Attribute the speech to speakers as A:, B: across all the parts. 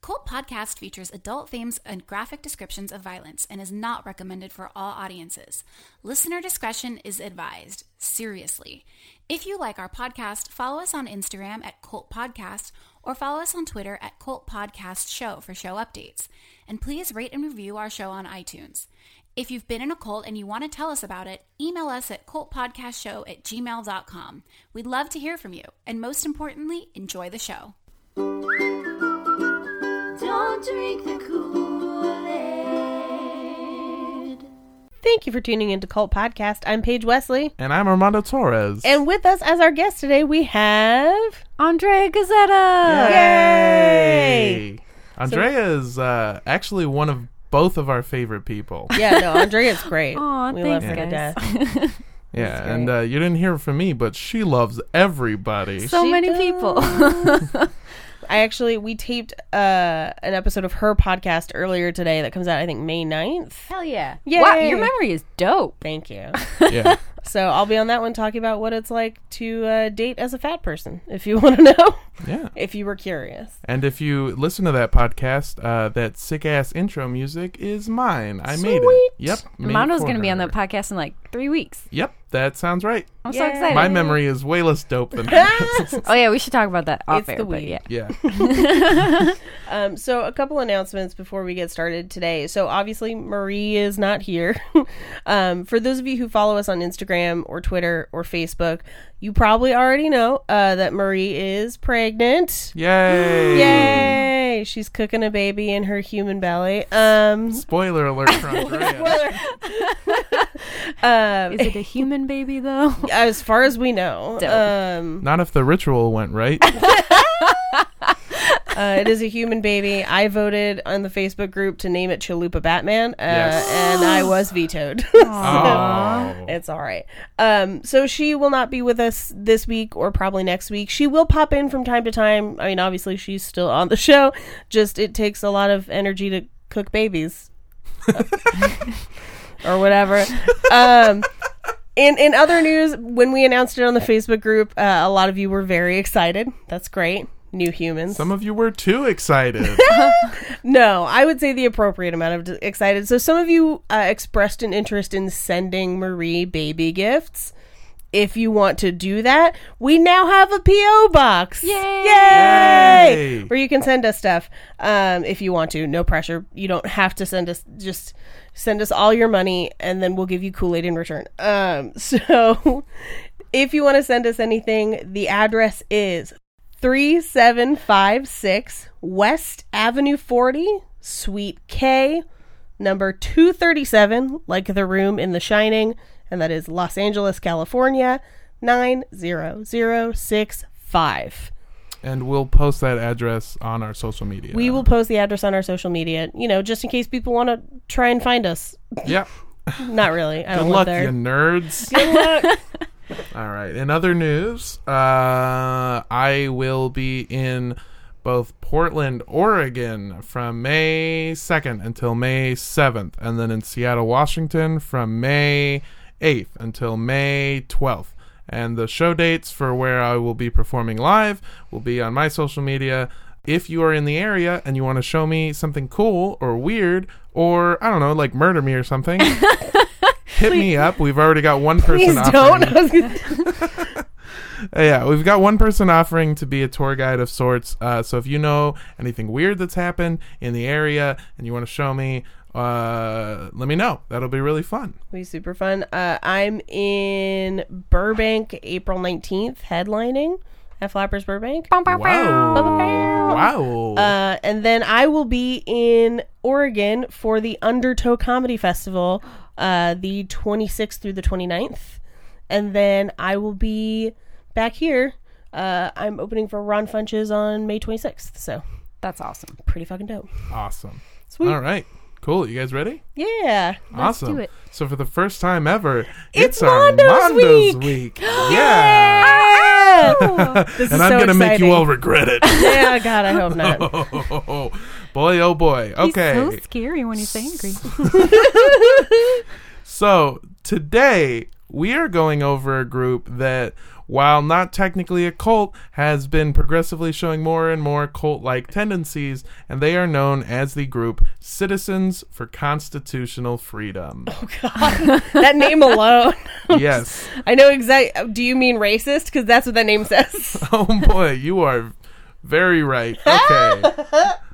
A: Cult Podcast features adult themes and graphic descriptions of violence and is not recommended for all audiences. Listener discretion is advised. Seriously. If you like our podcast, follow us on Instagram at Cult Podcast or follow us on Twitter at Cult Podcast Show for show updates. And please rate and review our show on iTunes. If you've been in a cult and you want to tell us about it, email us at cultpodcastshow at gmail.com. We'd love to hear from you. And most importantly, enjoy the show.
B: Don't drink the Kool-Aid.
C: Thank you for tuning into Cult Podcast. I'm Paige Wesley.
D: And I'm Armando Torres.
C: And with us as our guest today, we have.
B: Andrea Gazetta.
C: Yay!
D: Andrea is uh, actually one of both of our favorite people.
C: Yeah, no, Andrea's great.
B: Aw,
C: we love
B: thanks,
C: her to
B: guys.
C: death.
D: yeah, and uh, you didn't hear it from me, but she loves everybody.
B: So
C: She
B: many
C: does.
B: people.
C: I actually, we taped uh, an episode of her podcast earlier today that comes out, I think, May 9th.
B: Hell yeah.
C: Yay.
B: Wow, your memory is dope.
C: Thank you.
D: yeah.
C: so I'll be on that one talking about what it's like to uh, date as a fat person, if you want to know,
D: Yeah.
C: if you were curious.
D: And if you listen to that podcast, uh, that sick ass intro music is mine. I made
C: Sweet.
D: it. Yep. made it
B: Mondo's
D: for
B: going to be on
D: her.
B: that podcast in like three weeks.
D: Yep, that sounds right.
B: I'm so
C: Yay.
B: excited.
D: My memory is way less dope than hers.
B: oh, yeah, we should talk about that
C: It's
B: off air.
C: the
B: but
C: weed.
B: yeah.
D: yeah.
C: Um, so a couple announcements before we get started today. So obviously Marie is not here. um, for those of you who follow us on Instagram or Twitter or Facebook, you probably already know uh, that Marie is pregnant.
D: Yay.
C: Yay! She's cooking a baby in her human belly. Um,
D: Spoiler alert for Andrea.
C: um,
B: Is it a human baby, though?
C: as far as we know,
B: Dope.
C: um,
D: Not if the ritual went right.
C: uh, it is a human baby. I voted on the Facebook group to name it Chalupa Batman, uh,
D: Yes.
C: and I was vetoed.
D: oh.
C: It's all right. Um, so she will not be with us this week or probably next week. She will pop in from time to time. I mean, obviously she's still on the show. Just it takes a lot of energy to cook babies or whatever. Um, in in other news, when we announced it on the Facebook group, uh, a lot of you were very excited. That's great. New humans.
D: Some of you were too excited.
C: No, I would say the appropriate amount of d- excited. So some of you uh, expressed an interest in sending Marie baby gifts. If you want to do that, we now have a PO box. Yay!
D: Yay!
C: Where you can send us stuff um, if you want to. No pressure. You don't have to send us. Just send us all your money, and then we'll give you Kool Aid in return. Um, so, if you want to send us anything, the address is 3756 West Avenue 40, Suite K, number 237, like the room in The Shining, and that is Los Angeles, California, 90065.
D: and we'll post that address on our social media.
C: We will post the address on our social media, you know, just in case people want to try and find us.
D: Yeah.
C: Not really. I
D: Good
C: don't
D: luck,
C: live
D: you
C: there.
D: nerds.
C: Good luck.
D: All right. In other news, uh, I will be in both Portland, Oregon from May 2nd until May 7th, and then in Seattle, Washington from May 8th until May 12th. And the show dates for where I will be performing live will be on my social media. If you are in the area and you want to show me something cool or weird, or I don't know, like murder me or something, hit me up. We've already got one person.
C: Please
D: offering
C: don't. I was gonna-
D: uh, yeah, we've got one person offering to be a tour guide of sorts. Uh, so if you know anything weird that's happened in the area and you want to show me, uh, let me know. That'll be really fun.
C: be super fun. Uh, I'm in Burbank April 19th, headlining at Flappers Burbank.
D: Wow! Wow!
C: Uh, and then I will be in Oregon for the Undertow Comedy Festival, uh, the 26th through the 29th. And then I will be back here. Uh, I'm opening for Ron Funches on May 26th. So
B: That's awesome.
C: pretty fucking dope.
D: awesome.
C: Sweet.
D: All right. Cool. You guys ready?
C: Yeah.
B: Let's
D: awesome.
B: do it.
D: So for the first time ever,
C: It's
D: it's, our
C: Mondo's
D: Mondo's
C: week.
D: week. yeah.
C: this is
D: And I'm
C: so
D: gonna make
C: exciting.
D: you all regret it. Oh,
C: yeah, God, I hope not.
D: boy, oh boy. Okay.
B: He's so scary when he's angry.
D: So today we are going over a group that while not technically a cult, has been progressively showing more and more cult like tendencies, and they are known as the group Citizens for Constitutional Freedom.
C: that name alone.
D: yes.
C: I know exactly. Do you mean racist? Because that's what that name says.
D: Oh boy, you are very right. Okay.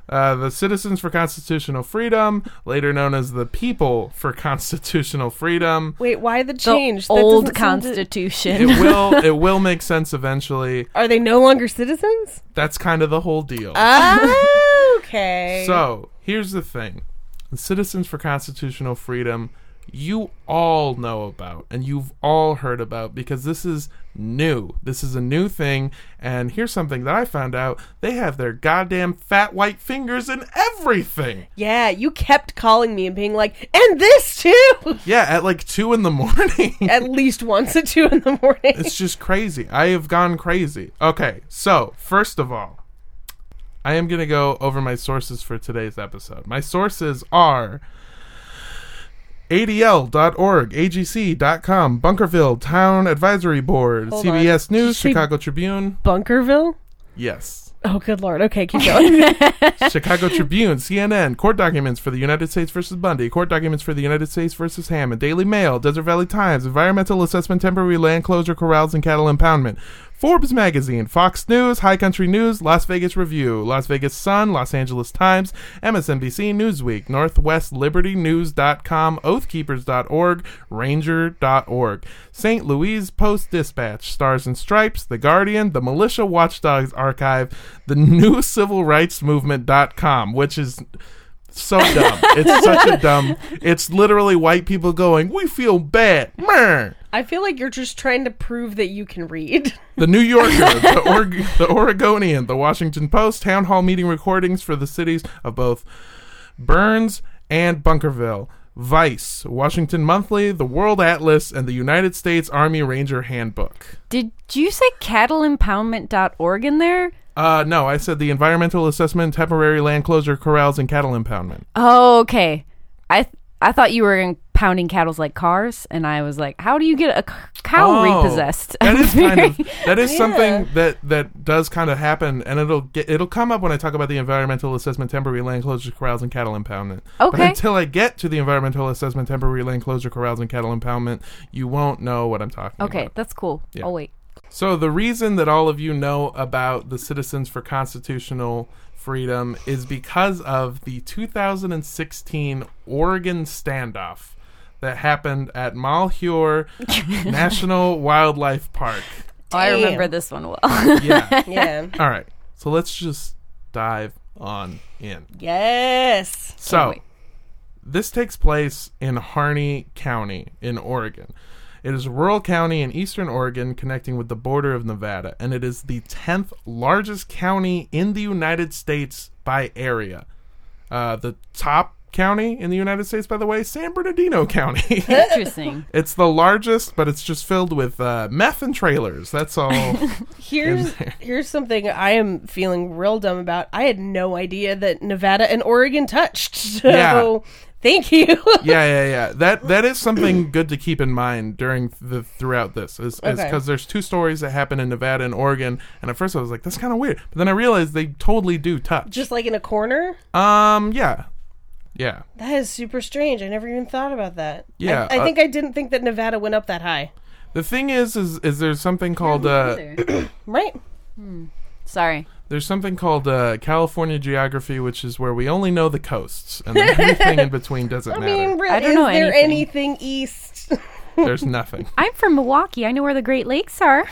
D: Uh, the Citizens for Constitutional Freedom, later known as the People for Constitutional Freedom.
C: Wait, why the
B: The
C: change? That
B: old
C: doesn't seem to-
D: It
B: Constitution.
D: will it will make sense eventually.
C: Are they no longer citizens?
D: That's kind of the whole deal.
C: Uh, Ah, okay.
D: So here's the thing the Citizens for Constitutional Freedom, you all know about and you've all heard about because this is new. This is a new thing. And here's something that I found out they have their goddamn fat white fingers in everything.
C: yeah, you kept calling me and being like, and this too,
D: Yeah, at like two in the morning.
C: at least once at two in the morning.
D: it's just crazy. I have gone crazy. Okay, so first of all, I am going to go over my sources for today's episode. My sources are ADL.org, AGC.com, Bunkerville Town Advisory Board,
C: Hold on.
D: CBS
C: Did you
D: News,
C: say-
D: Chicago Tribune.
C: Bunkerville?
D: Yes.
C: Oh, good lord. Okay, keep going.
D: Chicago Tribune, CNN, court documents for the United States versus Bundy, court documents for the United States versus Hammond, Daily Mail, Desert Valley Times, environmental assessment, temporary land closure, corrals, and cattle impoundment. Forbes magazine, Fox News, High Country News, Las Vegas Review, Las Vegas Sun, Los Angeles Times, MSNBC, Newsweek, Northwest Liberty News.com, Oathkeepers.org, Ranger.org, St. Louis Post Dispatch, Stars and Stripes, The Guardian, The Militia Watchdogs Archive, The New Civil Rights Movement.com, which is so dumb. it's such a dumb. It's literally white people going, we feel bad. Meh.
C: I feel like you're just trying to prove that you can read.
D: The New Yorker, the, Org- the Oregonian, the Washington Post, town hall meeting recordings for the cities of both Burns and Bunkerville, Vice, Washington Monthly, the World Atlas, and the United States Army Ranger Handbook.
B: Did you say cattleimpoundment.org in there?
D: Uh, no, I said the environmental assessment, temporary land closure, corrals, and cattle impoundment.
B: Oh, okay. I I thought you were in pounding cattle's like cars, and I was like, how do you get a c- cow
D: Oh,
B: repossessed?
D: That is kind of
B: Very-
D: that is something that that does kind of happen, and it'll get it'll come up when I talk about the environmental assessment, temporary land closure, corrals, and cattle impoundment. But
B: Okay.
D: until I get to the environmental assessment, temporary land closure, corrals, and cattle impoundment, you won't know what I'm talking
B: okay,
D: about.
B: that's cool.
D: Yeah.
B: I'll wait.
D: So the reason that all of you know about the Citizens for Constitutional Freedom is because of the 2016 Oregon standoff that happened at Malheur National Wildlife Park.
B: Oh, I
C: Damn.
B: remember this one well.
D: Yeah.
C: Yeah.
D: All right. So let's just dive on in.
C: yes.
D: So
B: wait.
D: this takes place in Harney County in Oregon. It is a rural county in eastern Oregon connecting with the border of Nevada, and it is the 10th largest county in the United States by area. Uh, the top county in the United States, by the way, San Bernardino County.
B: Interesting.
D: it's the largest, but it's just filled with uh, meth and trailers. That's all.
C: Here's here's something I am feeling real dumb about. I had no idea that Nevada and Oregon touched. So
D: Yeah.
C: thank you.
D: yeah, yeah, yeah. That that is something good to keep in mind during the throughout this is because
C: Okay.
D: there's two stories that happen in Nevada and Oregon, and at first I was like, that's kind of weird, but then I realized they totally do touch.
C: Just like in a corner.
D: um, yeah, yeah.
C: That is super strange. I never even thought about that.
D: Yeah,
C: I, I
D: uh,
C: think I didn't think that Nevada went up that high.
D: The thing is, is is there's something called uh,
C: Right?
B: Sorry.
D: there's something called uh, California geography, which is where we only know the coast, and then everything in between doesn't
C: I
D: matter.
C: mean, really,
B: I don't
C: is
B: know
C: there
B: anything.
C: anything east?
D: There's nothing.
B: I'm from Milwaukee. I know where the Great Lakes are.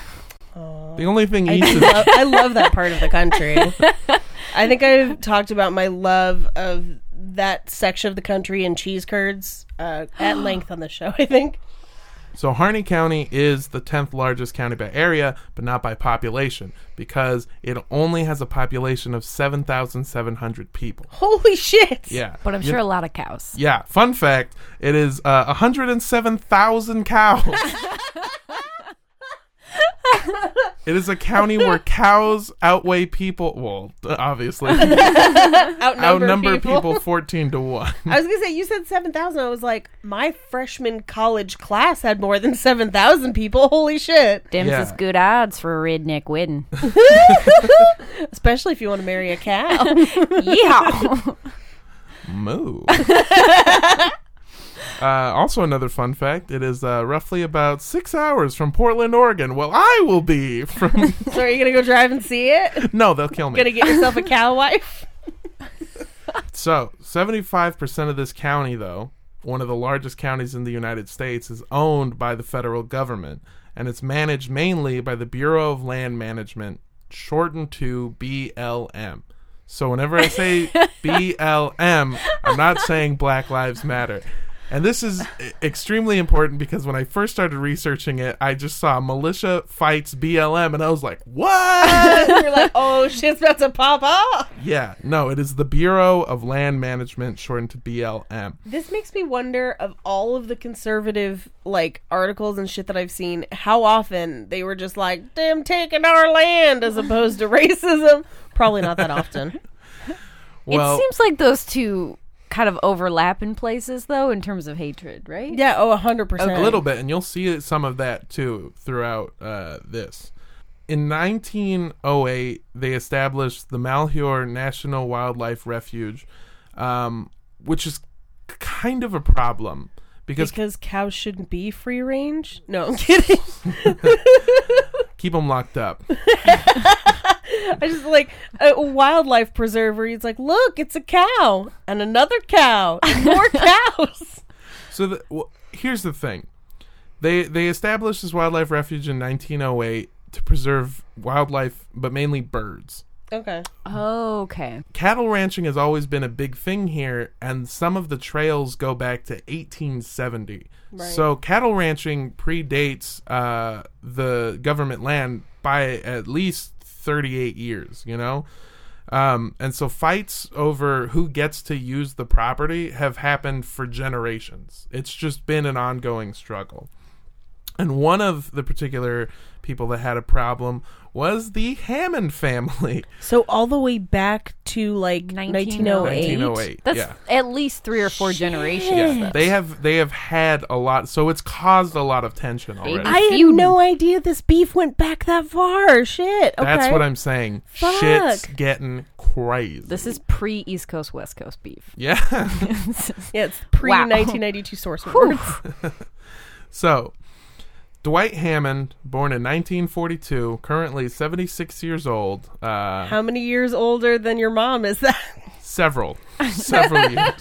D: The only thing
C: I,
D: east is
C: love, I love that part of the country. I think I've talked about my love of that section of the country and cheese curds uh, at length on the show. I think.
D: So Harney County is the 10th largest county by area, but not by population because it only has a population of 7,700 people.
C: Holy shit!
D: Yeah.
B: But I'm
D: You-
B: sure a lot of cows.
D: Yeah, fun fact, it is uh, 107,000 cows. It is a county where cows outweigh people. Well, obviously,
C: Outnumber,
D: outnumber people 14 to 1.
C: I was gonna say you said seven thousand. I was like, my freshman college class had more than seven thousand people. Holy shit!
B: Dims
D: Yeah.
B: is good odds for a redneck wedding.
C: Especially if you want to marry a cow.
B: Yeehaw!
D: Moo. Uh, also, another fun fact: it is uh, roughly about six hours from Portland, Oregon. Well, I will be from.
C: so are you gonna go drive and see it?
D: no, they'll kill me.
C: Gonna get yourself a cow wife?
D: So, 75% of this county, though, one of the largest counties in the United States, is owned by the federal government and it's managed mainly by the Bureau of Land Management, shortened to BLM. So, whenever I say BLM, I'm not saying Black Lives Matter. And this is e- extremely important because when I first started researching it, I just saw militia fights BLM and I was like, what?
C: You're like, oh shit's about to pop off.
D: Yeah, no, it is the Bureau of Land Management, shortened to BLM.
C: This makes me wonder of all of the conservative like articles and shit that I've seen, how often they were just like, "Damn, taking our land," as opposed to racism. Probably not that often.
D: Well,
B: it seems like those two kind of overlap in places, though, in terms of hatred, right?
C: yeah, oh, hundred percent.
D: a little bit, and you'll see some of that too throughout uh, this. In 1908, they established the Malheur National Wildlife Refuge, um, which is kind of a problem because
C: because cows shouldn't be free range. No, I'm kidding.
D: keep them locked up.
C: I just like a wildlife preserver. He's like, look, it's a cow and another cow, and more cows.
D: So the, well, here's the thing. They they established this wildlife refuge in 1908 to preserve wildlife, but mainly birds.
C: Okay,
B: Okay.
D: cattle ranching has always been a big thing here, and some of the trails go back to 1870. So cattle ranching predates uh, the government land by at least 38 years, you know? Um, and so fights over who gets to use the property have happened for generations. It's just been an ongoing struggle. And one of the particular people that had a problem was the Hammond family.
C: so all the way back to like 1908.
D: 1908,
B: That's
D: yeah.
B: at least three or four generations.
D: Yeah, they have they have had a lot, so it's caused a lot of tension already.
C: I had
B: Feudal.
C: no idea this beef went back that far. Shit. Okay.
D: That's what I'm saying.
C: Fuck.
D: Shit's getting crazy.
B: This is pre East Coast West Coast beef.
D: yeah.
C: Yeah, it's pre
B: Wow.
C: 1992 source words.
D: so, Dwight Hammond, born in 1942, currently 76 years old. Uh,
C: How many years older than your mom is that?
D: several several years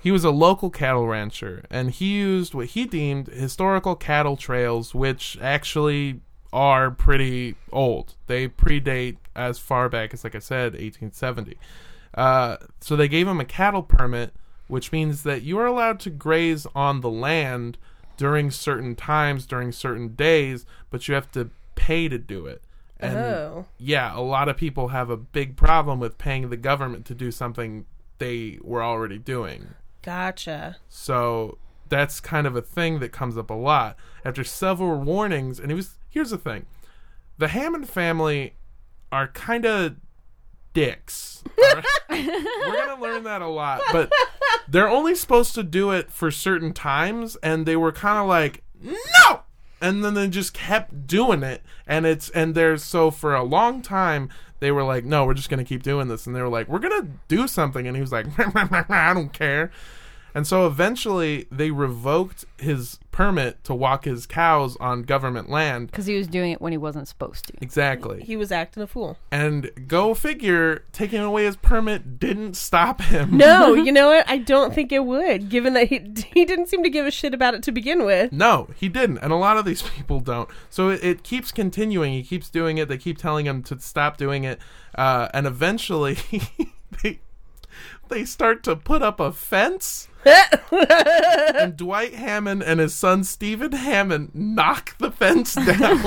D: he was a local cattle rancher and he used what he deemed historical cattle trails which actually are pretty old they predate as far back as like i said 1870 uh, so they gave him a cattle permit which means that you are allowed to graze on the land during certain times during certain days but you have to pay to do it and
C: Oh.
D: yeah, a lot of people have a big problem with paying the government to do something they were already doing.
C: Gotcha.
D: So that's kind of a thing that comes up a lot. After several warnings, and it was here's the thing the Hammond family are kind of dicks. all right? We're going to learn that a lot, but they're only supposed to do it for certain times, and they were kind of like, no! And then they just kept doing it, and it's and they're so for a long time they were like, no, we're just gonna keep doing this, and they were like, we're gonna do something, and he was like, I don't care, and so eventually they revoked his permit to walk his cows on government land.
B: Because he was doing it when he wasn't supposed to.
D: Exactly.
C: He was acting a fool.
D: And go figure, taking away his permit didn't stop him.
C: No, you know what? I don't think it would, given that he, he didn't seem to give a shit about it to begin with.
D: No, he didn't. And a lot of these people don't. So it, it keeps continuing. He keeps doing it. They keep telling him to stop doing it. Uh, and eventually, they, they start to put up a fence. and Dwight Hammond and his son, Stephen Hammond, knock the fence down.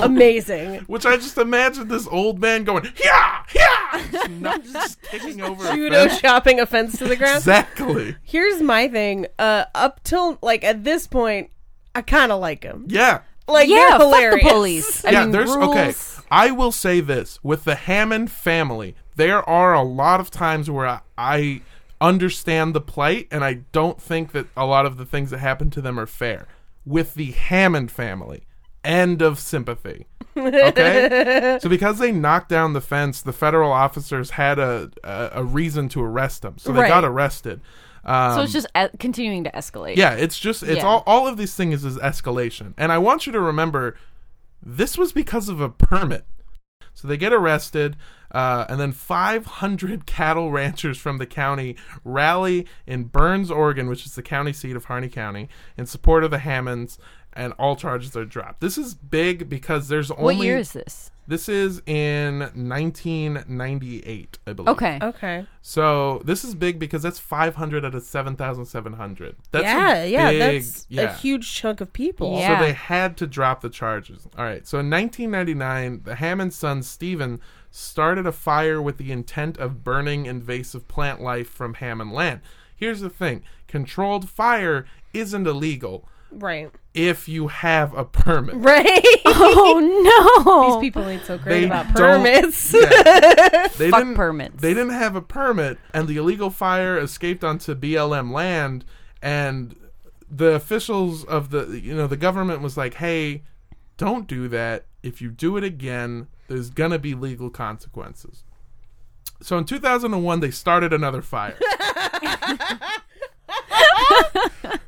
C: Amazing.
D: Which I just imagine this old man going, yeah, yeah, just, not, just kicking over a
C: Judo
D: fence.
C: chopping a fence to the ground.
D: Exactly.
C: Here's my thing. Uh, up till like at this point, I kind of like him.
D: Yeah.
C: Like
B: yeah,
C: they're hilarious.
B: fuck the police. I
D: yeah,
B: mean,
D: there's
B: rules.
D: okay. I will say this with the Hammond family, there are a lot of times where I, I understand the plight, and I don't think that a lot of the things that happen to them are fair. With the Hammond family, end of sympathy. Okay, so because they knocked down the fence, the federal officers had a a, a reason to arrest them, so they
C: Right.
D: got arrested. Um,
B: So it's just e- continuing to escalate.
D: yeah, it's just it's
B: Yeah.
D: all all of these things is escalation. And I want you to remember this was because of a permit. So they get arrested, uh, and then 500 cattle ranchers from the county rally in Burns, Oregon, which is the county seat of Harney County, in support of the Hammonds, and all charges are dropped. This is big because there's only.
B: What year is this?
D: This is in 1998, I believe.
B: Okay.
C: Okay.
D: So this is big because that's 500 out of 7,700. That's a
C: yeah, yeah,
D: big-
C: that's a
D: yeah.
C: huge chunk of people.
B: Yeah.
D: So they had to drop the charges. All right. So in 1999, the Hammond's son Stephen started a fire with the intent of burning invasive plant life from Hammond land. Here's the thing: controlled fire isn't illegal
C: Right.
D: if you have a permit.
C: Right.
B: oh no!
C: These people ain't so great
D: They
C: about
D: don't-
C: permits.
D: Yeah. they
B: Fuck
D: didn't,
B: permits.
D: They didn't have a permit, and the illegal fire escaped onto BLM land, and the officials of the you know the government was like, "Hey, don't do that. If you do it again, there's gonna be legal consequences." So in 2001, they started another fire.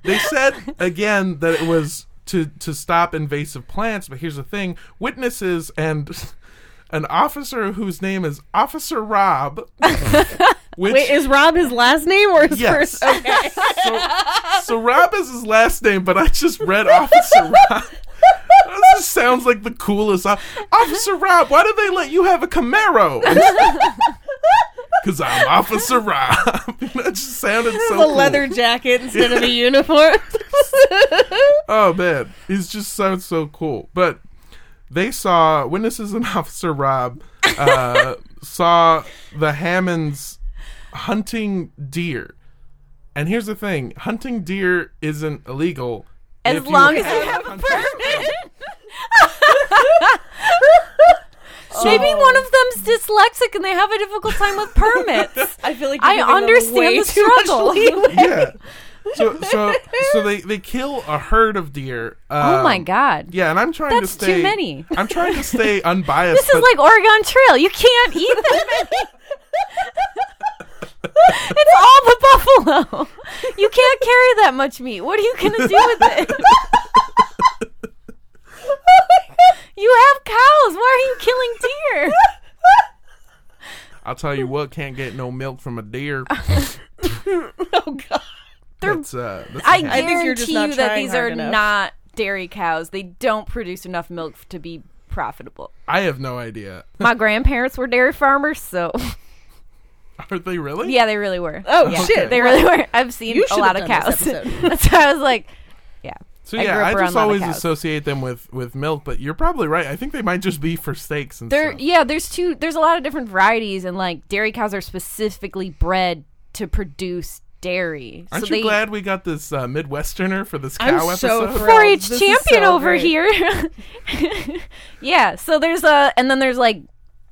D: they said again that it was to to stop invasive plants, but here's the thing: witnesses and an officer whose name is Officer Rob, which
C: Wait, is Rob his last name or oh, his
D: Yes.
C: first? Okay.
D: so, so Rob is his last name, but I just read Officer Rob. That just sounds like the coolest. o- Officer Rob, why did they let you have a Camaro? Because I'm Officer Rob. that just sounded so
C: a
D: cool.
C: leather jacket instead of a uniform.
D: Oh man, he's just sounds so cool. But they saw witnesses and Officer Rob uh, saw the Hammonds hunting deer. And here's the thing: hunting deer isn't illegal
B: As
D: if you
B: long as you
D: have a permit.
B: Maybe one of them's dyslexic and they have a difficult time with permits.
C: I feel like
B: I understand the struggle.
D: Yeah. So so so they they kill a herd of deer.
B: oh
D: um,
B: my god!
D: Yeah, and I'm trying
B: That's
D: to
B: too
D: stay.
B: many.
D: I'm trying to stay unbiased.
B: This is
D: but-
B: like Oregon Trail. You can't eat that many. it's all the buffalo. You can't carry that much meat. What are you gonna do with it? you have cows. Why are you killing deer?
D: I'll tell you what, can't get no milk from a deer.
C: Oh god.
D: That's, uh, that's
B: I
D: a-
C: think you're just
B: guarantee
C: not
B: you that
C: trying
B: these are
C: hard enough.
B: not dairy cows. They don't produce enough milk f- to be profitable.
D: I have no idea.
B: My grandparents were dairy farmers, so
D: Are they really?
B: yeah, they really were.
C: Oh
B: Yeah,
C: shit.
B: they really were. I've seen
C: You
B: a
C: should
B: lot
C: have
B: of
C: done
B: cows.
C: this episode.
B: That's why I was like, yeah.
D: So
B: I
D: yeah,
B: grew up
D: I,
B: around
D: just
B: a lot of
D: always
B: cows.
D: associate them with with milk, but you're probably right. I think they might just be for steaks and
B: There,
D: stuff.
B: yeah. There's two. There's a lot of different varieties, and like dairy cows are specifically bred to produce dairy.
D: Aren't
B: so
D: you
B: they
D: glad we got this uh, Midwesterner for this
C: I'm
D: cow
C: so
D: episode?
C: thrilled.
B: 4-H
C: This is
B: champion
C: so
B: over
C: great.
B: here. yeah. So there's a, and then there's like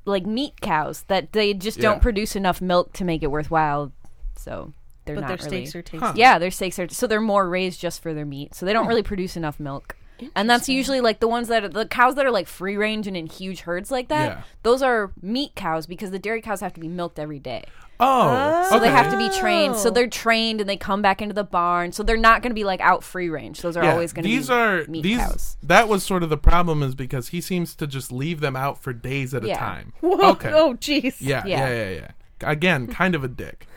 B: like meat cows that they just
D: Yeah.
B: don't produce enough milk to make it worthwhile. So they're
C: But
B: not
C: their
B: really.
C: steaks are tasty.
B: Yeah, their steaks are so they're more raised just for their meat, so they don't really produce enough milk. And that's usually like the ones that are, the cows that are like free range and in huge herds like that.
D: Yeah.
B: Those are meat cows because the dairy cows have to be milked every day,
D: oh,
B: so
D: okay.
B: they have to be trained. So
C: Oh.
B: they're trained and they come back into the barn, so they're not going to be like out free range. Those are
D: Yeah,
B: always going to be
D: these are
B: meat
D: these.
B: cows.
D: That was sort of the problem, is because he seems to just leave them out for days at a
B: Yeah.
D: time.
C: Whoa,
D: okay.
C: Oh jeez.
D: Yeah, yeah,
B: Yeah.
D: yeah, yeah, Again, kind of a dick.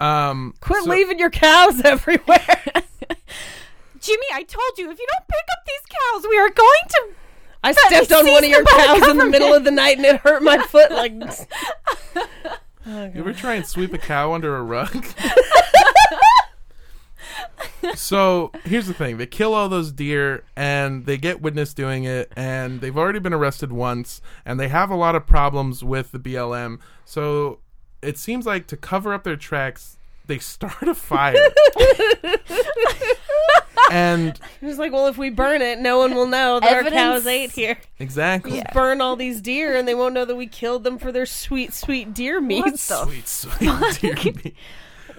D: Um,
C: Quit
D: so-
C: leaving your cows everywhere.
B: Jimmy, I told you if you don't pick up these cows, we are going to.
C: I
B: But
C: stepped on
B: seized
C: one of your
B: them by the
C: cows in the middle of the night and it hurt my foot. Like,
D: You ever try and sweep a cow under a rug? so here's the thing they kill all those deer and they get witness doing it and they've already been arrested once and they have a lot of problems with the blm so it seems like to cover up their tracks they start a fire and
C: He's like, well, if we burn it, no one will know that our cows
B: Evidence.
C: ate here.
D: exactly.
C: Burn all these deer, and they won't know that we killed them for their sweet, sweet deer meats.
B: the
D: Sweet, sweet, dear me.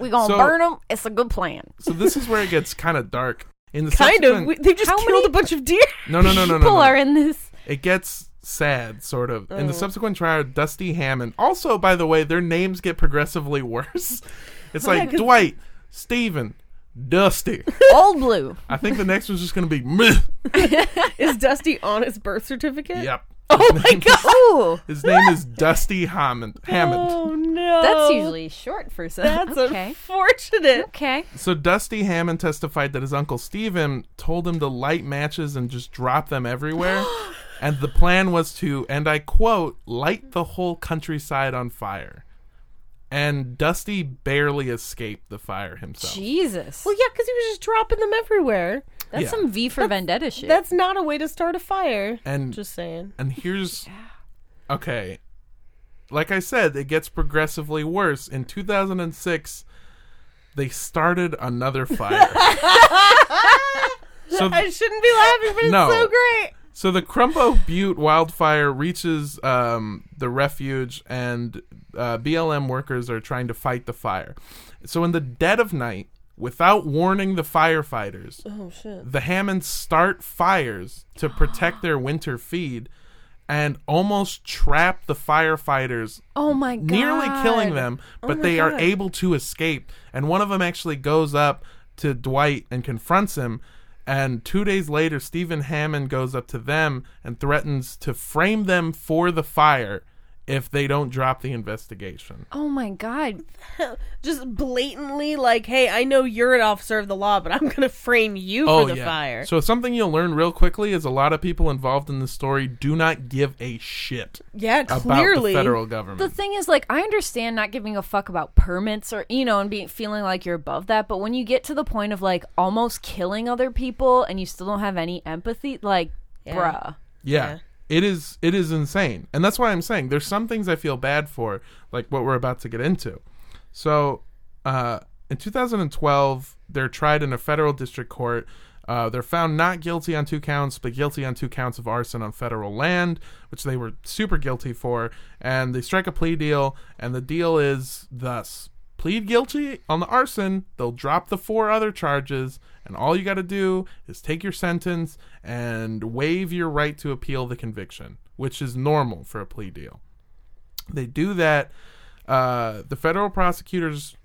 B: We gonna 'em.
D: So-
B: burn them. It's a good plan.
D: So this is where it gets kind of dark. In the
C: Kind of.
D: subsequent-
C: We, they just
B: How
C: killed
B: many-
C: a bunch of deer.
D: no, no, no, no, no.
B: People
D: no.
B: are in this.
D: It gets sad, sort of. In the subsequent trial, Dusty Hammond. Also, by the way, their names get progressively worse. It's like Dwight, Steven, Dusty.
B: Old blue.
D: I think the next one's just gonna be. Meh.
C: Is Dusty on his birth certificate?
D: Yep.
C: Oh my god.
B: Ooh,
D: His name is Dusty Hammond. Hammond.
C: Oh no.
B: that's usually short for some.
C: That's
B: okay.
C: unfortunate.
B: Okay.
D: So Dusty Hammond testified that his uncle Steven told him to light matches and just drop them everywhere. and the plan was to, and I quote, light the whole countryside on fire. And Dusty barely escaped the fire himself.
B: Jesus.
C: Well, yeah, because he was just dropping them everywhere.
B: that's
D: yeah.
B: some V for Vendetta shit.
C: That's not a way to start a fire.
D: And
C: Just saying.
D: and here's Okay. Like I said, it gets progressively worse. In 2006, they started another fire. so
C: I shouldn't be laughing, but it's
D: No.
C: so great.
D: So the Crumbo Butte wildfire reaches um, the refuge, and uh, BLM workers are trying to fight the fire. So in the dead of night, without warning the firefighters,
C: Oh shit.
D: the Hammonds start fires to protect their winter feed, and almost trap the firefighters
B: oh my god.
D: nearly killing them, but
C: Oh my
D: they are
C: God.
D: able to escape. And one of them actually goes up to Dwight and confronts him. And two days later, Stephen Hammond goes up to them and threatens to frame them for the fire if they don't drop the investigation.
B: Oh my god.
C: Just blatantly like, hey, I know you're an officer of the law, but I'm gonna frame you for the fire.
D: Oh, So something you'll learn real quickly is a lot of people involved in the story do not give a shit
C: yeah,
D: about the
C: clearly.
D: federal government.
B: The thing is, like, I understand not giving a fuck about permits or you know, and being feeling like you're above that. But when you get to the point of like almost killing other people and you still don't have any empathy, like, bruh.
D: Yeah.
C: Yeah.
D: It is it is insane. And that's why I'm saying there's some things I feel bad for, like what we're about to get into. So uh, in 2012, they're tried in a federal district court. Uh, they're found not guilty on two counts, but guilty on two counts of arson on federal land, which they were super guilty for. And they strike a plea deal, and the deal is thus plead guilty on the arson, they'll drop the four other charges, and all you got to do is take your sentence and waive your right to appeal the conviction, which is normal for a plea deal. They do that. Uh, the federal prosecutors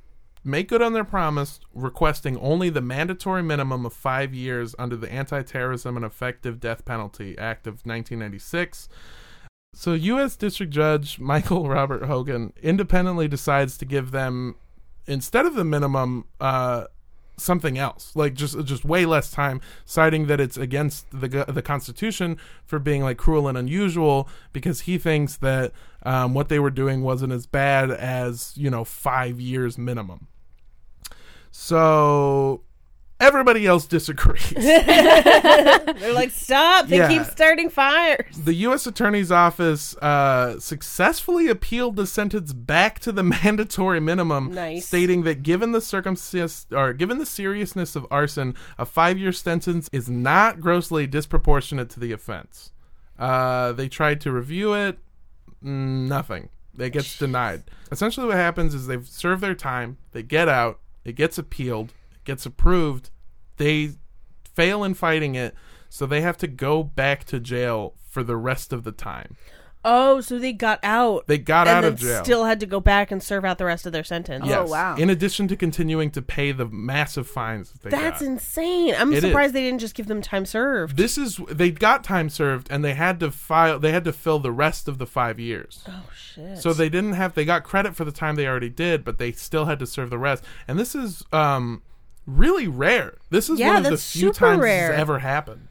D: make good on their promise, requesting only the mandatory minimum of five years under the Anti Terrorism and Effective Death Penalty Act of 1996. So, U.S. District Judge Michael Robert Hogan independently decides to give them, instead of the minimum, uh, something else, like just just way less time, citing that it's against the gu- the Constitution for being like cruel and unusual because he thinks that um, what they were doing wasn't as bad as you know five years minimum. So everybody else disagrees.
C: They're like, stop! They
D: Yeah.
C: keep starting fires.
D: The U.S. Attorney's Office uh, successfully appealed the sentence back to the mandatory minimum,
C: Nice.
D: stating that given the circumstance or given the seriousness of arson, a five-year sentence is not grossly disproportionate to the offense. Uh, they tried to review it, Mm, nothing. It gets denied. Essentially, what happens is they've served their time. They get out. It gets appealed. It gets approved. They fail in fighting it, so they have to go back to jail for the rest of the time.
C: Oh, so they got out.
D: They got
C: and
D: out
C: then
D: of jail.
C: Still oh, had to go back and serve out the rest of their sentence.
D: yes.
B: wow.
D: In addition to continuing to pay the massive fines that they
C: That's
D: got.
C: insane. I'm
D: It is.
C: surprised they didn't just give them time served.
D: this is they got time served and they had to file they had to fill the rest of the 5 years.
C: Oh shit.
D: So they didn't have they got credit for the time they already did, but they still had to serve the rest. And this is um really rare. This is
C: Yeah,
D: one of the
C: that's
D: few
C: super
D: times
C: rare.
D: this has ever happened.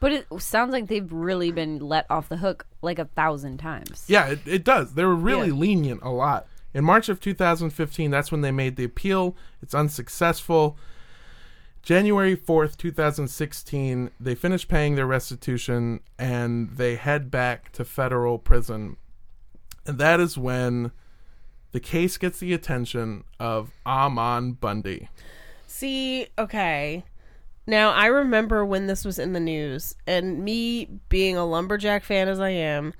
B: But it sounds like they've really been let off the hook like a thousand times.
D: Yeah, it, it does. They were really
B: Yeah.
D: lenient a lot. In March of 2015, that's when they made the appeal. It's unsuccessful. January 4th, 2016, they finished paying their restitution and they head back to federal prison. And that is when the case gets the attention of Amon Bundy.
C: See, okay. Now, I remember when this was in the news, and me being a lumberjack fan as I am,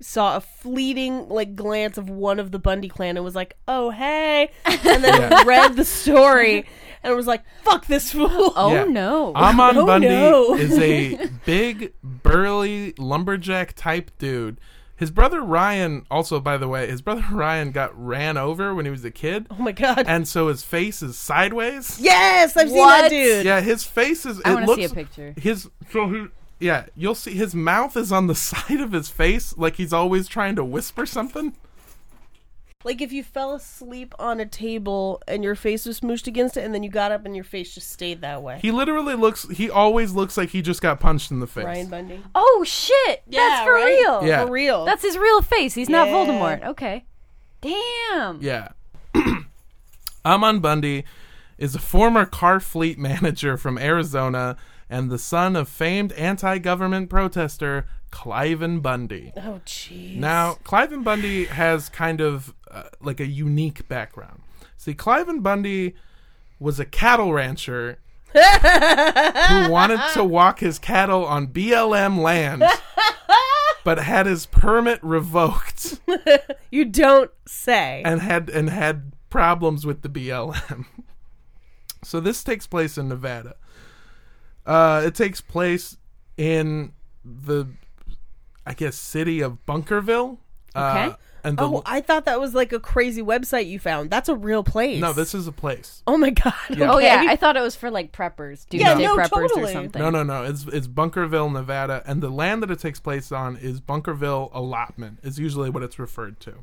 C: saw a fleeting like glance of one of the Bundy clan and was like, "Oh hey," and then
D: Yeah.
C: read the story and was like, "Fuck this fool."
B: Oh
D: Yeah.
B: no.
D: Amon
C: Oh,
D: Bundy
C: no.
D: is a big, burly lumberjack type dude. His brother Ryan, also by the way, his brother Ryan got ran over when he was a kid,
C: Oh my god.
D: and so his face is sideways.
C: yes, I've
B: What?
C: seen that dude.
D: Yeah, his face is.
B: I
D: it
B: want to
D: looks
B: see a picture.
D: his so he, yeah, you'll see his mouth is on the side of his face, like he's always trying to whisper something.
C: Like if you fell asleep on a table and your face was smooshed against it and then you got up and your face just stayed that way.
D: He literally looks. He always looks like he just got punched in the face.
C: Ryan Bundy.
B: Oh shit. That's for
C: right?
B: real.
D: Yeah.
C: For real.
B: That's his real face. He's not
C: Yeah.
B: Voldemort. Okay. Damn.
D: Yeah. Amon Bundy is a former car fleet manager from Arizona and the son of famed anti government protester Cliven Bundy.
C: oh jeez.
D: Now, Cliven Bundy has kind of uh, like a unique background. See, Cliven Bundy was a cattle rancher who wanted to walk his cattle on BLM land but had his permit revoked
C: You don't say.
D: and had and had problems with the BLM. so this takes place in Nevada. Uh, it takes place in the, I guess, city of Bunkerville. Uh,
B: Okay.
D: And the,
C: Oh, I thought that was like a crazy website you found. That's a real place.
D: no, this is a place.
C: Oh my god.
B: Oh
C: okay.
B: yeah, I thought it was for like preppers, doomsday
C: Yeah, no,
B: preppers or
C: totally.
B: something.
D: No, no, no. It's it's Bunkerville, Nevada, and the land that it takes place on is Bunkerville allotment. Is usually what it's referred to.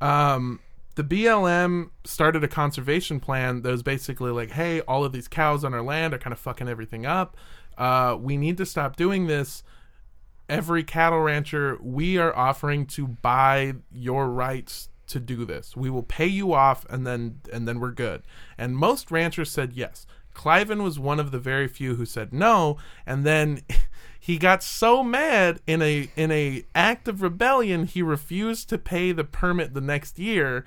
D: Um, the BLM started a conservation plan that was basically like, "Hey, all of these cows on our land are kind of fucking everything up. Uh, we need to stop doing this." Every cattle rancher, we are offering to buy your rights to do this. We will pay you off, and then and then we're good. And most ranchers said yes. Cliven was one of the very few who said no, and then he got so mad in a in a act of rebellion, he refused to pay the permit the next year,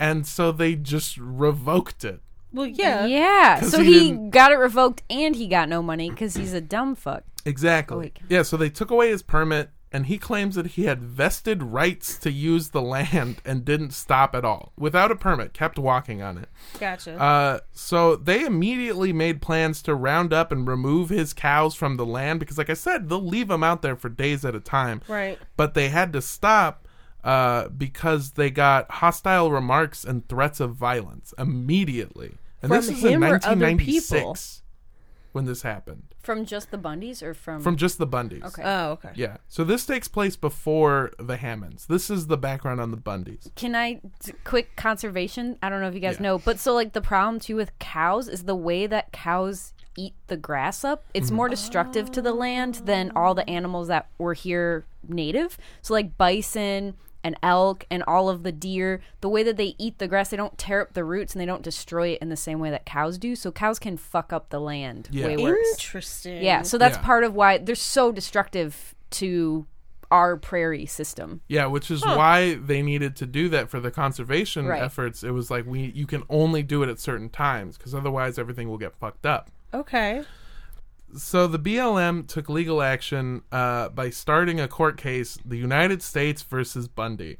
D: and so they just revoked it.
C: Well, yeah.
B: Yeah.
D: 'Cause
B: So
D: he
B: he,
D: didn't-
B: got it revoked and he got no money because he's a dumb fuck.
D: Exactly.
B: wait.
D: yeah, so they took away his permit and he claims that he had vested rights to use the land and didn't stop at all. Without a permit, kept walking on it.
C: Gotcha.
D: Uh, so they immediately made plans to round up and remove his cows from the land because, like I said, they'll leave them out there for days at a time.
C: Right.
D: But they had to stop uh, because they got hostile remarks and threats of violence immediately. And
C: From
D: this is in
C: him or other
D: 1996 when this happened
B: From just the Bundys or from
D: from just the Bundys.
B: Okay.
C: oh, okay.
D: Yeah. So this takes place before the Hammonds. This is the background on the Bundys.
B: Can I d- quick conservation? I don't know if you guys
D: Yeah.
B: know, but so like the problem too with cows is the way that cows eat the grass up. It's
D: Mm-hmm.
B: more destructive to the land than all the animals that were here native. So like bison and elk and all of the deer, the way that they eat the grass, they don't tear up the roots and they don't destroy it in the same way that cows do. So cows can fuck up the land
D: Yeah.
B: way worse.
C: Interesting.
B: Yeah, so that's
D: Yeah.
B: part of why they're so destructive to our prairie system.
D: Yeah, which is why they needed to do that for the conservation
B: Right.
D: efforts. It was like we you can only do it at certain times because otherwise everything will get fucked up.
C: Okay.
D: So the BLM took legal action uh, by starting a court case, the United States versus Bundy,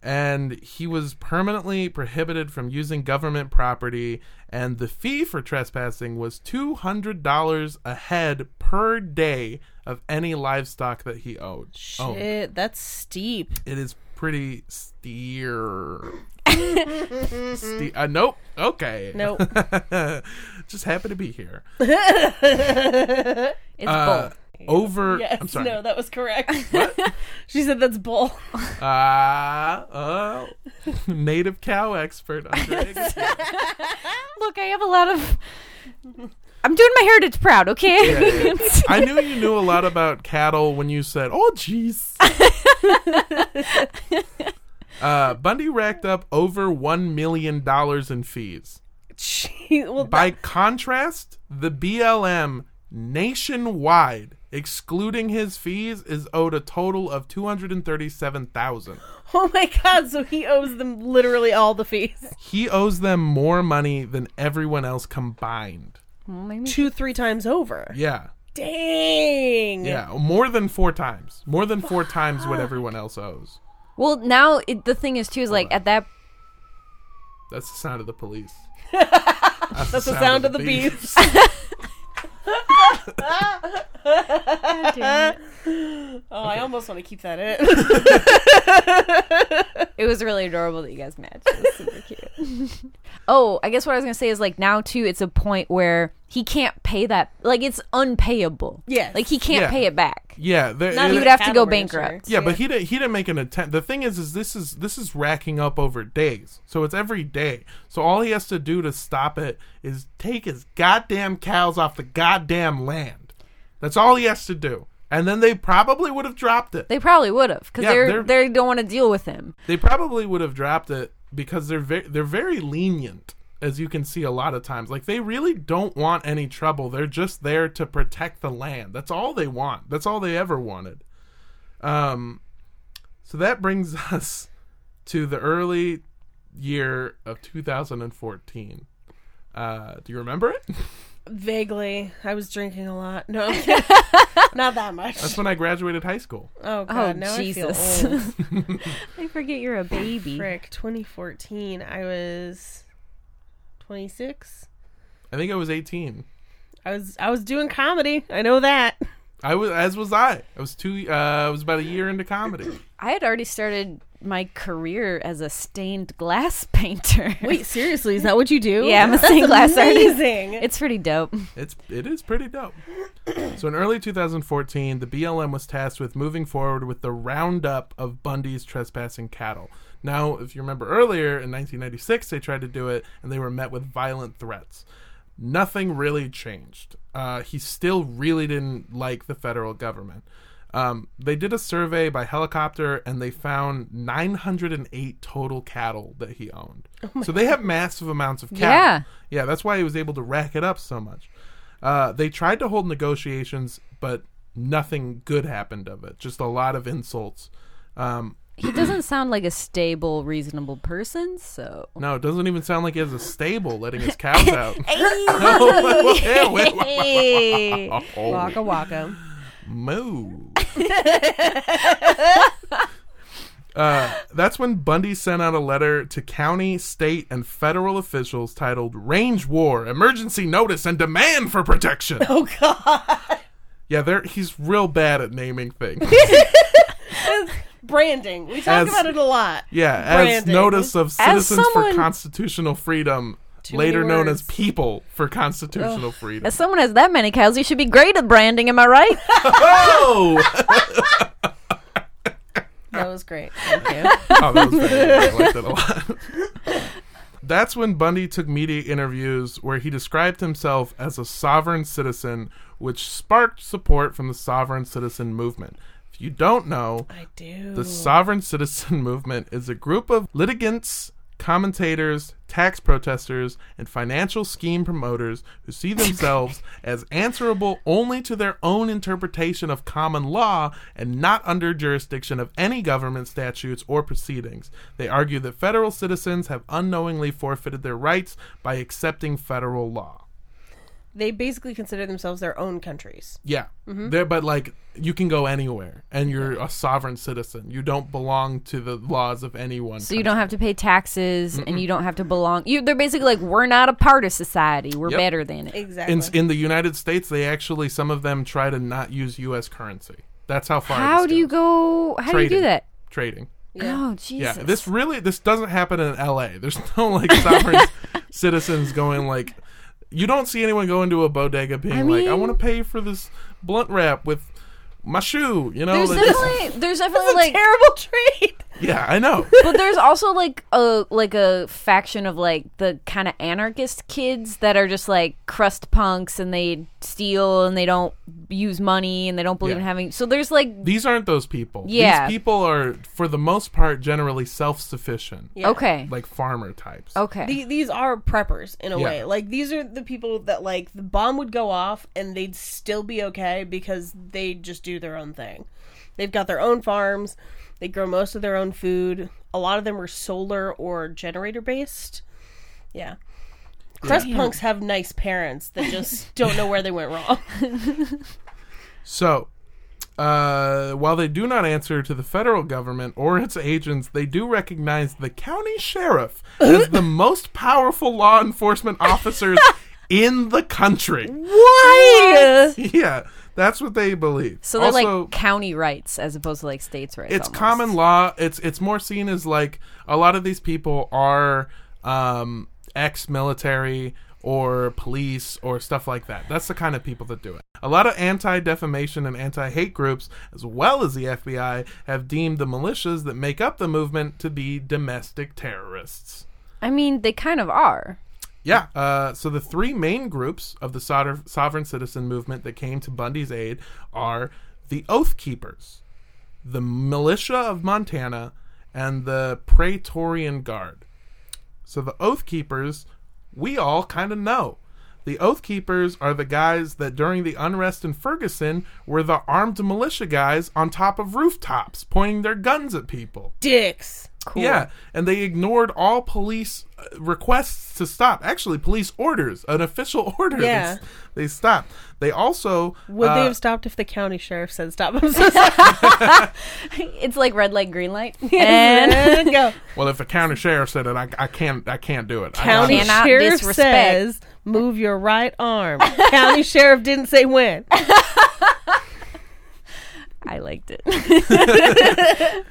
D: and he was permanently prohibited from using government property, and the fee for trespassing was two hundred dollars a head per day of any livestock that he owed. owned.
C: Shit, that's steep.
D: It is pretty steer. Ste- uh, nope. Okay.
C: Nope.
D: Just happy to be here.
B: It's
D: Uh,
B: both.
D: over.
C: Yes.
D: I'm sorry.
C: No, that was correct. she said that's bull.
D: Uh, oh, native cow expert. Andre. Yeah,
B: Look, I have a lot of. I'm doing my heritage proud, okay?
D: yeah. I knew you knew a lot about cattle when you said, "Oh, jeez." Uh, Bundy racked up over one million dollars in fees.
C: Gee, well,
D: By contrast, the BLM nationwide, excluding his fees, is owed a total of two hundred and thirty-seven thousand.
C: oh my god, so he owes them literally all the fees.
D: He owes them more money than everyone else combined.
B: Well, maybe
C: two, three times over.
D: Yeah.
C: Dang.
D: Yeah. More than four times. More than four times what everyone else owes.
B: Well, now it, the thing is too is like at that
D: That's the sound of the police. That's
C: That's the sound of the beast. Oh, I almost want to keep that in.
B: it was really adorable that you guys matched. It was super cute. oh, I guess what I was gonna say is like now too, it's a point where he can't pay that. Like it's unpayable.
C: Yes.
B: like he can't
D: Yeah.
B: pay it back.
D: Yeah. There,
C: Not
D: it-
B: He
C: even
B: would have to
C: cattle
B: go
C: rancher.
B: bankrupt.
D: yeah, but he did, he didn't make an attempt. The thing is, is this is this is racking up over days, so it's every day. So all he has to do to stop it is take his goddamn cows off the goddamn land. That's all he has to do, and then they probably would have dropped it.
B: They probably would have because
D: Yeah,
B: they're,
D: they're-
B: they're they do not want to deal with him.
D: They probably would have dropped it because they're very they're very lenient, as you can see a lot of times. Like they really don't want any trouble. They're just there to protect the land. That's all they want. That's all they ever wanted. Um, so that brings us to the early year of 2014. Uh, do you remember it?
C: Vaguely, I was drinking a lot. No, I'm kidding. not that much.
D: That's when I graduated high school.
C: Oh
B: Oh
C: god, now
B: Jesus!
C: I feel old.
B: I forget you're a baby.
C: Frick, 2014. I was 26.
D: I think I was 18.
C: I was I was doing comedy. I know that.
D: I was as was I. I was two. Uh, I was about a year into comedy.
B: I had already started my career as a stained glass painter.
C: Wait, seriously, is that what you do?
B: yeah, I'm a stained glass artist.
C: amazing.
B: It's pretty dope.
D: It's it is pretty dope. so in early 2014, the BLM was tasked with moving forward with the roundup of Bundy's trespassing cattle. Now, if you remember earlier in 1996, they tried to do it and they were met with violent threats. Nothing really changed. Uh, he still really didn't like the federal government. Um, they did a survey by helicopter and they found 908 total cattle that he owned. so they have massive amounts of cattle.
B: Yeah.
D: Yeah, that's why he was able to rack it up so much. Uh, they tried to hold negotiations, but nothing good happened of it. Just a lot of insults. Um,
B: He doesn't sound like a stable, reasonable person, so.
D: no, it doesn't even sound like he has a stable letting his cows out. No, wait, wait, wait,
B: Hey.
D: Oh,
C: waka waka.
D: Moo. uh, that's when Bundy sent out a letter to county, state, and federal officials titled Range War, Emergency Notice, and Demand for Protection.
C: Oh god.
D: Yeah, there he's real bad at naming things.
C: Branding. We talk
D: As-
C: about it a lot.
D: Yeah, as
C: Branding.
D: notice of
B: As
D: Citizens
B: someone-
D: for Constitutional Freedom,
C: many
D: later known
C: words.
D: as People for Constitutional Freedom.
B: As someone has that many cows, you should be great at branding, am I right?
D: oh!
C: That was great. Thank you.
D: oh, that was very good. I liked that a lot. That's when Bundy took media interviews where he described himself as a sovereign citizen, which sparked support from the sovereign citizen movement. If you don't know,
C: I do.
D: The Sovereign Citizen Movement is a group of litigants, commentators, tax protesters, and financial scheme promoters who see themselves as answerable only to their own interpretation of common law and not under jurisdiction of any government statutes or proceedings. They argue that federal citizens have unknowingly forfeited their rights by accepting federal law.
C: they basically consider themselves their own countries.
D: Yeah.
B: Mm-hmm.
D: There but like you can go anywhere and you're a sovereign citizen. You don't belong to the laws of anyone.
B: So you don't have to pay taxes and you don't have to belong. You, they're basically like, we're not a part of society. We're
D: Yep.
B: better than it.
C: Exactly.
D: in in the United States, they actually some of them try to not use U.S. currency. That's how far.
B: How
D: this
B: do you
D: goes.
B: go? How do you
D: Trading.
B: do that?
D: Trading.
B: Oh, Jesus.
D: Yeah, this really this doesn't happen in L.A. There's no like sovereign citizens going like. You don't see anyone go into a bodega being
B: I
D: like, "I
B: mean-
D: want to pay for this blunt wrap with my shoe." You know,
B: There's
D: like, this-
B: definitely, there's definitely like,
C: terrible trade.
D: yeah, I know.
B: but there's also like a like a faction of like the kind of anarchist kids that are just like crust punks and they steal and they don't use money and they don't believe
D: Yeah.
B: in having. So there's like
D: These aren't those people.
B: Yeah.
D: these people are for the most part generally self-sufficient,
C: Yeah.
B: okay,
D: like farmer types.
B: okay,
C: The- these are preppers in a
D: Yeah.
C: way. Like these are the people that like the bomb would go off and they'd still be okay because they just do their own thing. They've got their own farms. They grow most of their own food. A lot of them are solar or generator based. Yeah. Crust punks have nice parents that just don't know where they went wrong.
D: So, uh, while they do not answer to the federal government or its agents, they do recognize the county sheriff as the most powerful law enforcement officers in the country.
B: Why?
D: Yeah, that's what they believe.
B: So they're
D: also,
B: like county rights as opposed to like states' rights.
D: it's
B: almost.
D: common law. It's it's more seen as like a lot of these people are um, ex-military or police or stuff like that. That's the kind of people that do it. A lot of anti-defamation and anti-hate groups, as well as the FBI, have deemed the militias that make up the movement to be domestic terrorists.
B: I mean, they kind of are.
D: Yeah. Uh, so the three main groups of the soder- sovereign citizen movement that came to Bundy's aid are the Oath Keepers, the Militia of Montana, and the Praetorian Guard. So the Oath Keepers, we all kind of know. The Oath Keepers are the guys that during the unrest in Ferguson were the armed militia guys on top of rooftops pointing their guns at people.
C: Dicks.
D: Yeah, and they ignored all police uh, requests to stop. Actually, police orders, an official order. They
C: Yeah.
D: s- They, stopped. They also
C: Would they
D: uh,
C: have stopped if the county sheriff said stop? I'm so sorry.
B: it's like red light, green light, and
C: go.
D: well, if the county sheriff said it, I, I can't. I can't do it. I
C: County
D: gotta-
B: Cannot
C: sheriff
B: disrespect.
C: says move your right arm. county sheriff didn't say when.
B: Oh, I liked it.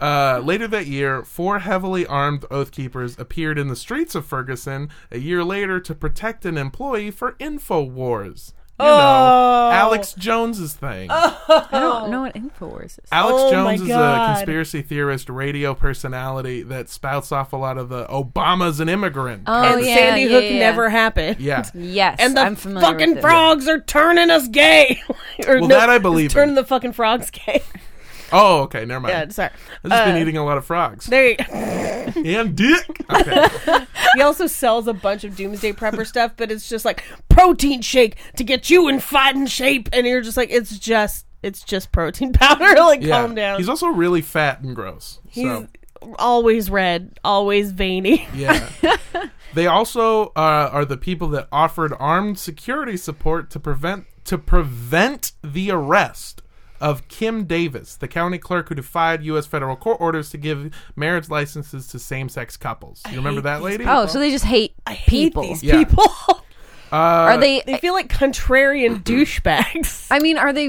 D: Uh, later that year, four heavily armed oath keepers appeared in the streets of Ferguson a year later to protect an employee for Infowars. You
C: Oh.
D: know, Alex Jones's thing.
B: I don't know what Infowars is.
D: Alex
C: Oh my
D: Jones is a
C: God.
D: conspiracy theorist, radio personality that spouts off a lot of the Obama's an immigrant.
B: Oh,
D: kind of-
B: Yeah,
C: Sandy
B: yeah,
C: Hook
B: yeah.
C: never happened.
D: yeah.
B: Yes,
C: And the
B: I'm familiar with
C: fucking
B: it.
C: frogs are turning us gay. or
D: Well, that I believe in.
C: Turning the fucking frogs gay.
D: Oh, okay. Never mind.
C: yeah, sorry.
D: I've just
C: uh,
D: been eating a lot of frogs
C: There, you-
D: and dick. Okay.
C: he also sells a bunch of doomsday prepper stuff, but it's just like protein shake to get you in fighting shape, and you're just like, it's just, it's just protein powder. like,
D: Yeah.
C: calm down.
D: He's also really fat and gross.
C: He's
D: so
C: always red, always veiny.
D: yeah. they also uh, are the people that offered armed security support to prevent to prevent the arrest of Kim Davis, the county clerk who defied U.S. federal court orders to give marriage licenses to same-sex couples. You remember that lady?
B: Oh, so they just hate people.
C: Hate these
D: Yeah.
C: people.
B: Are they?
C: they feel like contrarian douchebags.
B: I mean, are they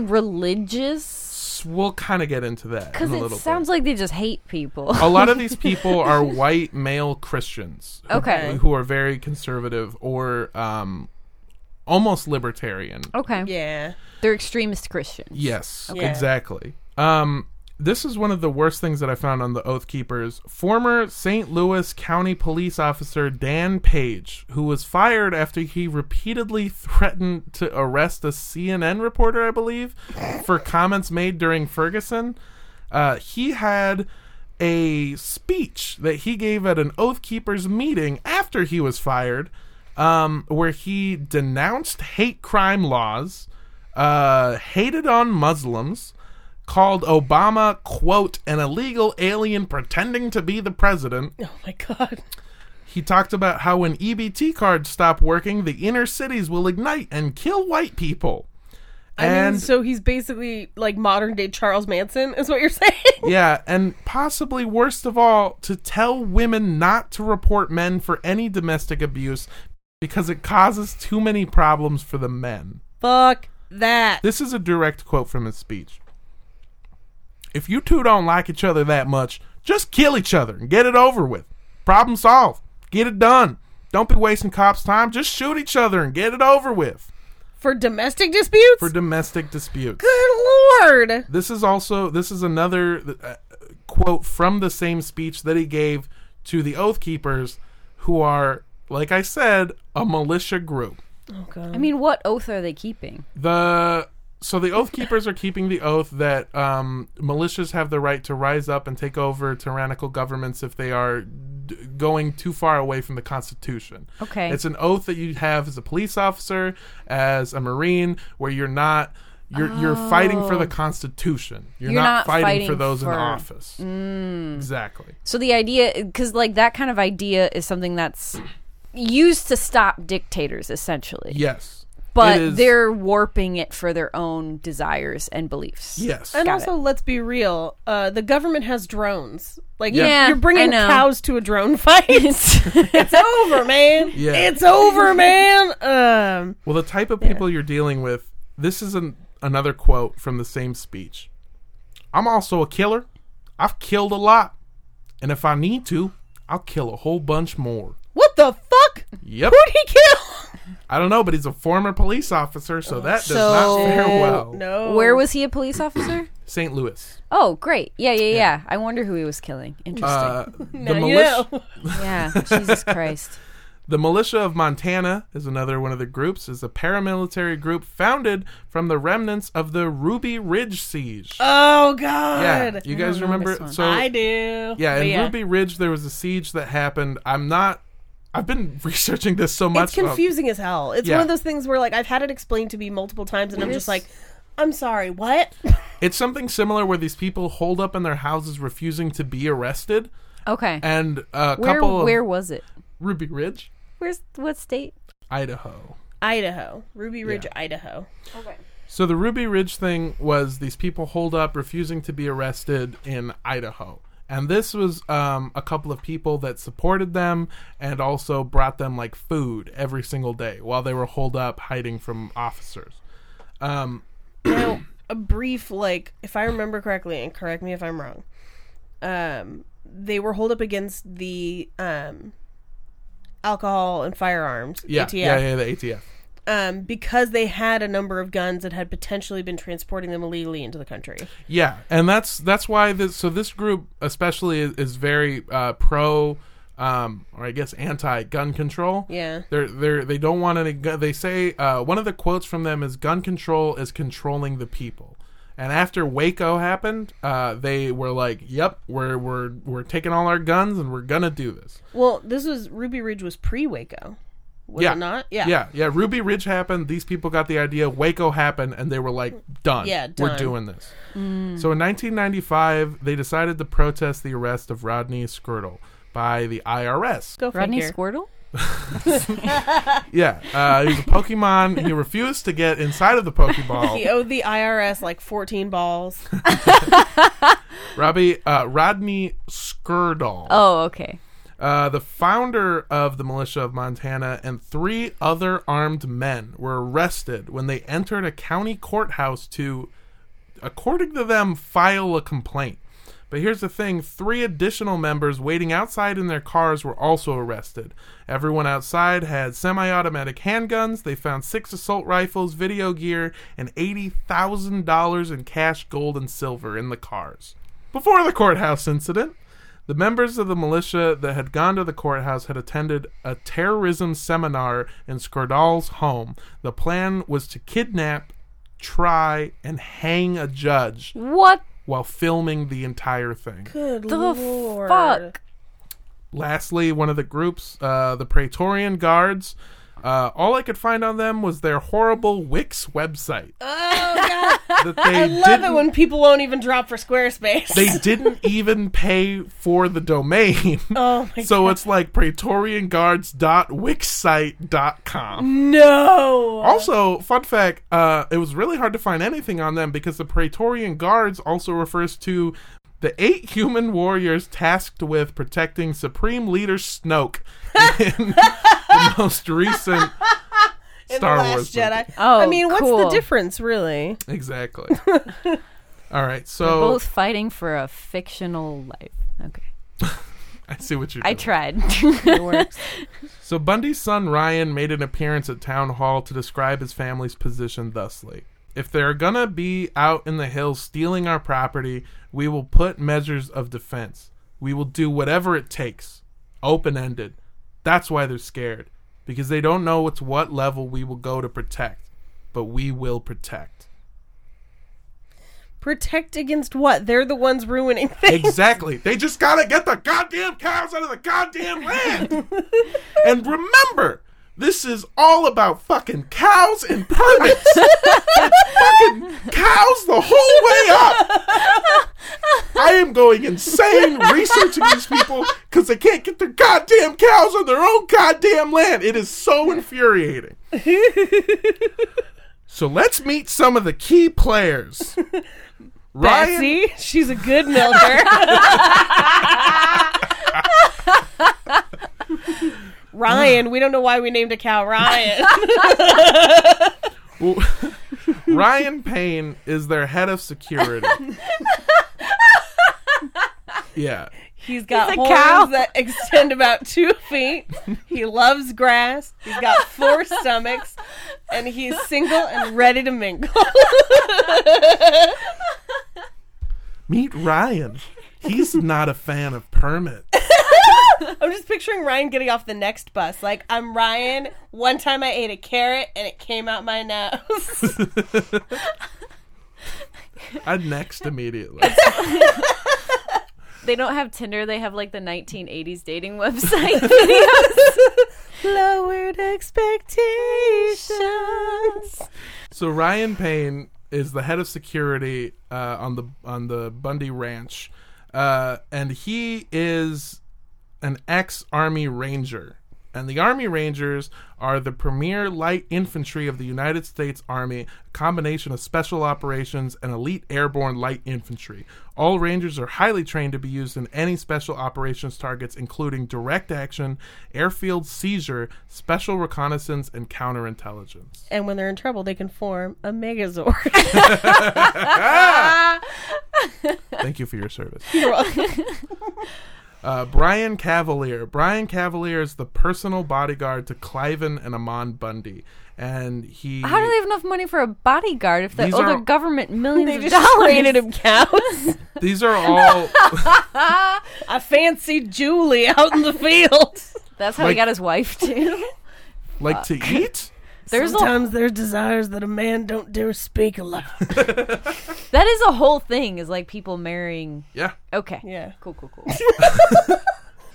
B: religious?
D: We'll kind of get into that
B: Because
D: in a little Oh,
B: it sounds like they just hate people.
D: bit. a lot of these people are white male Christians. who-
B: Okay.
D: Who are very conservative or um, almost libertarian.
B: Okay,
C: Yeah.
B: they're extremist Christians.
D: Yes,
C: Okay.
D: exactly. Um, this is one of the worst things that I found on the Oath Keepers. Former St. Louis County Police Officer Dan Page, who was fired after he repeatedly threatened to arrest a CNN reporter, I believe, for comments made during Ferguson, uh, he had a speech that he gave at an Oath Keepers meeting after he was fired, um, where he denounced hate crime laws, uh, hated on Muslims, called Obama, quote, an illegal alien pretending to be the president.
C: Oh my god.
D: He talked about how when EBT cards stop working, the inner cities will ignite and kill white people.
C: I mean,
D: And
C: so he's basically like modern day Charles Manson, is what you're saying?
D: yeah, and possibly worst of all, to tell women not to report men for any domestic abuse because it causes too many problems for the men.
C: Fuck that.
D: This is a direct quote from his speech. If you two don't like each other that much, just kill each other and get it over with. Problem solved. Get it done. Don't be wasting cops' time. Just shoot each other and get it over with.
C: For domestic disputes?
D: For domestic disputes.
C: Good lord.
D: This is also this is another uh, quote from the same speech that he gave to the Oath Keepers, who are, like I said, a militia group.
C: Oh god.
B: I mean, what oath are they keeping?
D: The so the oath keepers are keeping the oath that um, militias have the right to rise up and take over tyrannical governments if they are d- going too far away from the Constitution.
B: Okay.
D: it's an oath that you have as a police officer, as a Marine, where you're not. You're, you're fighting for the Constitution. You're,
B: Oh. You're
D: not,
B: not
D: fighting,
B: fighting
D: for those
B: for- Mm.
D: in office. Exactly.
B: So the idea, because like that kind of idea is something that's used to stop dictators essentially.
D: Yes.
B: But
D: It is-
B: they're warping it for their own desires and beliefs.
D: Yes.
C: And
B: Got
C: also, let's be real. Uh, the government has drones. Like,
D: Yeah.
B: Yeah,
C: you're bringing
B: I know.
C: cows to a drone fight. it's over, man.
D: Yeah.
C: It's over, man. Um,
D: Well, the type of people you're dealing with. This is an, another quote from the same speech. I'm also a killer. I've killed a lot, and if I need to, I'll kill a whole bunch more.
C: what the fuck?
D: Yep.
C: Who'd he kill?
D: I don't know, but he's a former police officer, so that does not
B: So-
D: fare well.
C: Oh, No.
B: Where was he a police officer?
D: St. Louis.
B: Oh, great. Yeah, yeah, yeah. I wonder who he was killing. Interesting.
D: Uh, the,
C: Now you
D: militia,
C: know.
B: yeah. Jesus Christ.
D: the Militia of Montana is another one of the groups. is a paramilitary group founded from the remnants of the Ruby Ridge siege.
C: Oh god.
D: yeah, you guys remember?
B: this one.
D: so
C: I do.
D: yeah,
C: But
D: in Ruby Ridge there was a siege that happened. I'm not. I've been researching this so much. Um,
C: It's confusing as hell. It's
D: Yeah.
C: one of those things where like I've had it explained to me multiple times, and I'm
B: is-
C: just like, I'm sorry, what?
D: It's something similar where these people hold up in their houses, refusing to be arrested,
B: Okay.
D: and a
B: where
D: couple
B: where
D: of
B: was it?
D: Ruby Ridge,
B: Where's what state?
D: Idaho.
C: Idaho, Ruby Ridge, Idaho.
D: So the Ruby Ridge thing was these people hold up refusing to be arrested in Idaho. And this was um, a couple of people that supported them and also brought them like food every single day while they were holed up hiding from officers. Um,
C: Now, a brief like, if I remember correctly, and correct me if I'm wrong, um, they were holed up against the um, alcohol and firearms
D: yeah,
C: ATF
D: yeah, yeah, the ATF.
C: um because they had a number of guns that had potentially been transporting them illegally into the country.
D: Yeah, and that's that's why this. So this group especially is, is very uh, pro, um, or I guess anti gun control.
C: Yeah.
D: they're they're they don't want any. gu- They say uh, one of the quotes from them is "gun control is controlling the people." And after Waco happened, uh, they were like, "Yep, we're we're we're taking all our guns and we're gonna do this."
C: Well, this was Ruby Ridge was pre Waco, was
D: yeah,
C: it not?
D: yeah, yeah. Ruby Ridge happened. These people got the idea. Waco happened, and they were like, "Done.
C: Yeah,
D: we're
C: done. Mm.
D: doing this." So in 1995, they decided to protest the arrest of Rodney Skirtle by the IRS.
C: Go
B: Rodney
C: figure.
B: Squirtle?
D: Yeah, uh, he was a Pokemon. he refused to get inside of the Pokeball.
C: He owed the IRS like 14 balls.
D: Robbie uh, Rodney Skirdall,
B: Oh, okay.
D: uh, the founder of the militia of Montana, and three other armed men were arrested when they entered a county courthouse to, according to them, file a complaint. But here's the thing: three additional members waiting outside in their cars were also arrested. Everyone outside had semi-automatic handguns. They found six assault rifles, video gear, and eighty thousand dollars in cash, gold, and silver in the cars. Before the courthouse incident, the members of the militia that had gone to the courthouse had attended a terrorism seminar in Skordal's home. The plan was to kidnap, try, and hang a judge
B: What
D: while filming the entire thing.
C: Good
B: the
C: lord.
B: fuck?
D: Lastly, one of the groups, uh, the Praetorian Guards, uh, all I could find on them was their horrible Wix website. that they
C: Oh, Love it
D: didn't-
C: when people won't even drop for Squarespace.
D: they didn't even pay for the domain.
C: oh my
D: so it's like
C: Mm.
D: praetorianguards.wixsite.com.
C: no.
D: Also, fun fact, uh, it was really hard to find anything on them because the Praetorian Guards also refers to the eight human warriors tasked with protecting Supreme Leader Snoke in the most recent
C: In
D: Star
C: the Last
D: Wars movie.
C: Jedi.
B: Oh,
C: I mean, what's
B: cool.
C: the difference really?
D: Exactly. All
C: Oh.
D: right, so
B: Both fighting for a fictional life. Okay.
D: I see what
C: Oh.
D: you're doing.
B: I tried.
D: So Bundy's son Ryan made an appearance at town hall to describe his family's position thusly. If they're gonna be out in the hills stealing our property, we will put measures of defense. We will do whatever it takes. Open ended. That's why they're scared. Because they don't know what's what level we will go to protect. But we will protect.
C: Protect against what? They're the ones ruining things.
D: Exactly. They just gotta get the goddamn cows out of the goddamn land. and remember, This is all about fucking cows and permits. it's fucking cows the whole way up. I am going insane researching these people because they can't get their goddamn cows on their own goddamn land. It is so infuriating. so let's meet some of the key players. Ryan
C: Betsy, she's a good milker. Ryan, we don't know why we named a cow Ryan.
D: Well, Ryan Payne is their head of security. yeah.
C: He's got
B: He's a
C: horns
B: cow.
C: that extend about two feet. He loves grass. He's got four stomachs, and he's single and ready to mingle.
D: Meet Ryan. He's not a fan of permits.
C: I'm just picturing Ryan getting off the next bus. Like, I'm Ryan. One time I ate a carrot and it came out my nose.
D: I'm next immediately.
B: They don't have Tinder. They have like the 1980s dating website videos.
C: Lowered expectations.
D: So Ryan Payne is the head of security uh, on the on the Bundy Ranch, uh, and he is an ex Army Ranger. And the Army Rangers are the premier light infantry of the United States Army, a combination of special operations and elite airborne light infantry. All Rangers are highly trained to be used in any special operations targets, including direct action, airfield seizure, special reconnaissance, and counterintelligence.
C: And when they're in trouble, they can form a megazord.
D: Thank you for your service.
C: You're welcome.
D: Uh, Brian Cavalier. Brian Cavalier is the personal bodyguard to Cliven and Amon Bundy, and he.
B: How do they have enough money for a bodyguard if they
D: These
B: owe the
D: are-
B: government millions
C: they
B: of
C: just
B: dollars?
C: traded him cows.
D: These are all.
C: I fancied Julie out in the field.
B: That's how
D: Like-
B: he got his wife too.
D: like to eat?
B: There's a,
C: Sometimes there's desires that a man don't dare speak aloud.
B: that is a whole thing. Is like people marrying.
D: Yeah.
B: Okay.
C: Yeah.
B: Cool. Cool. Cool.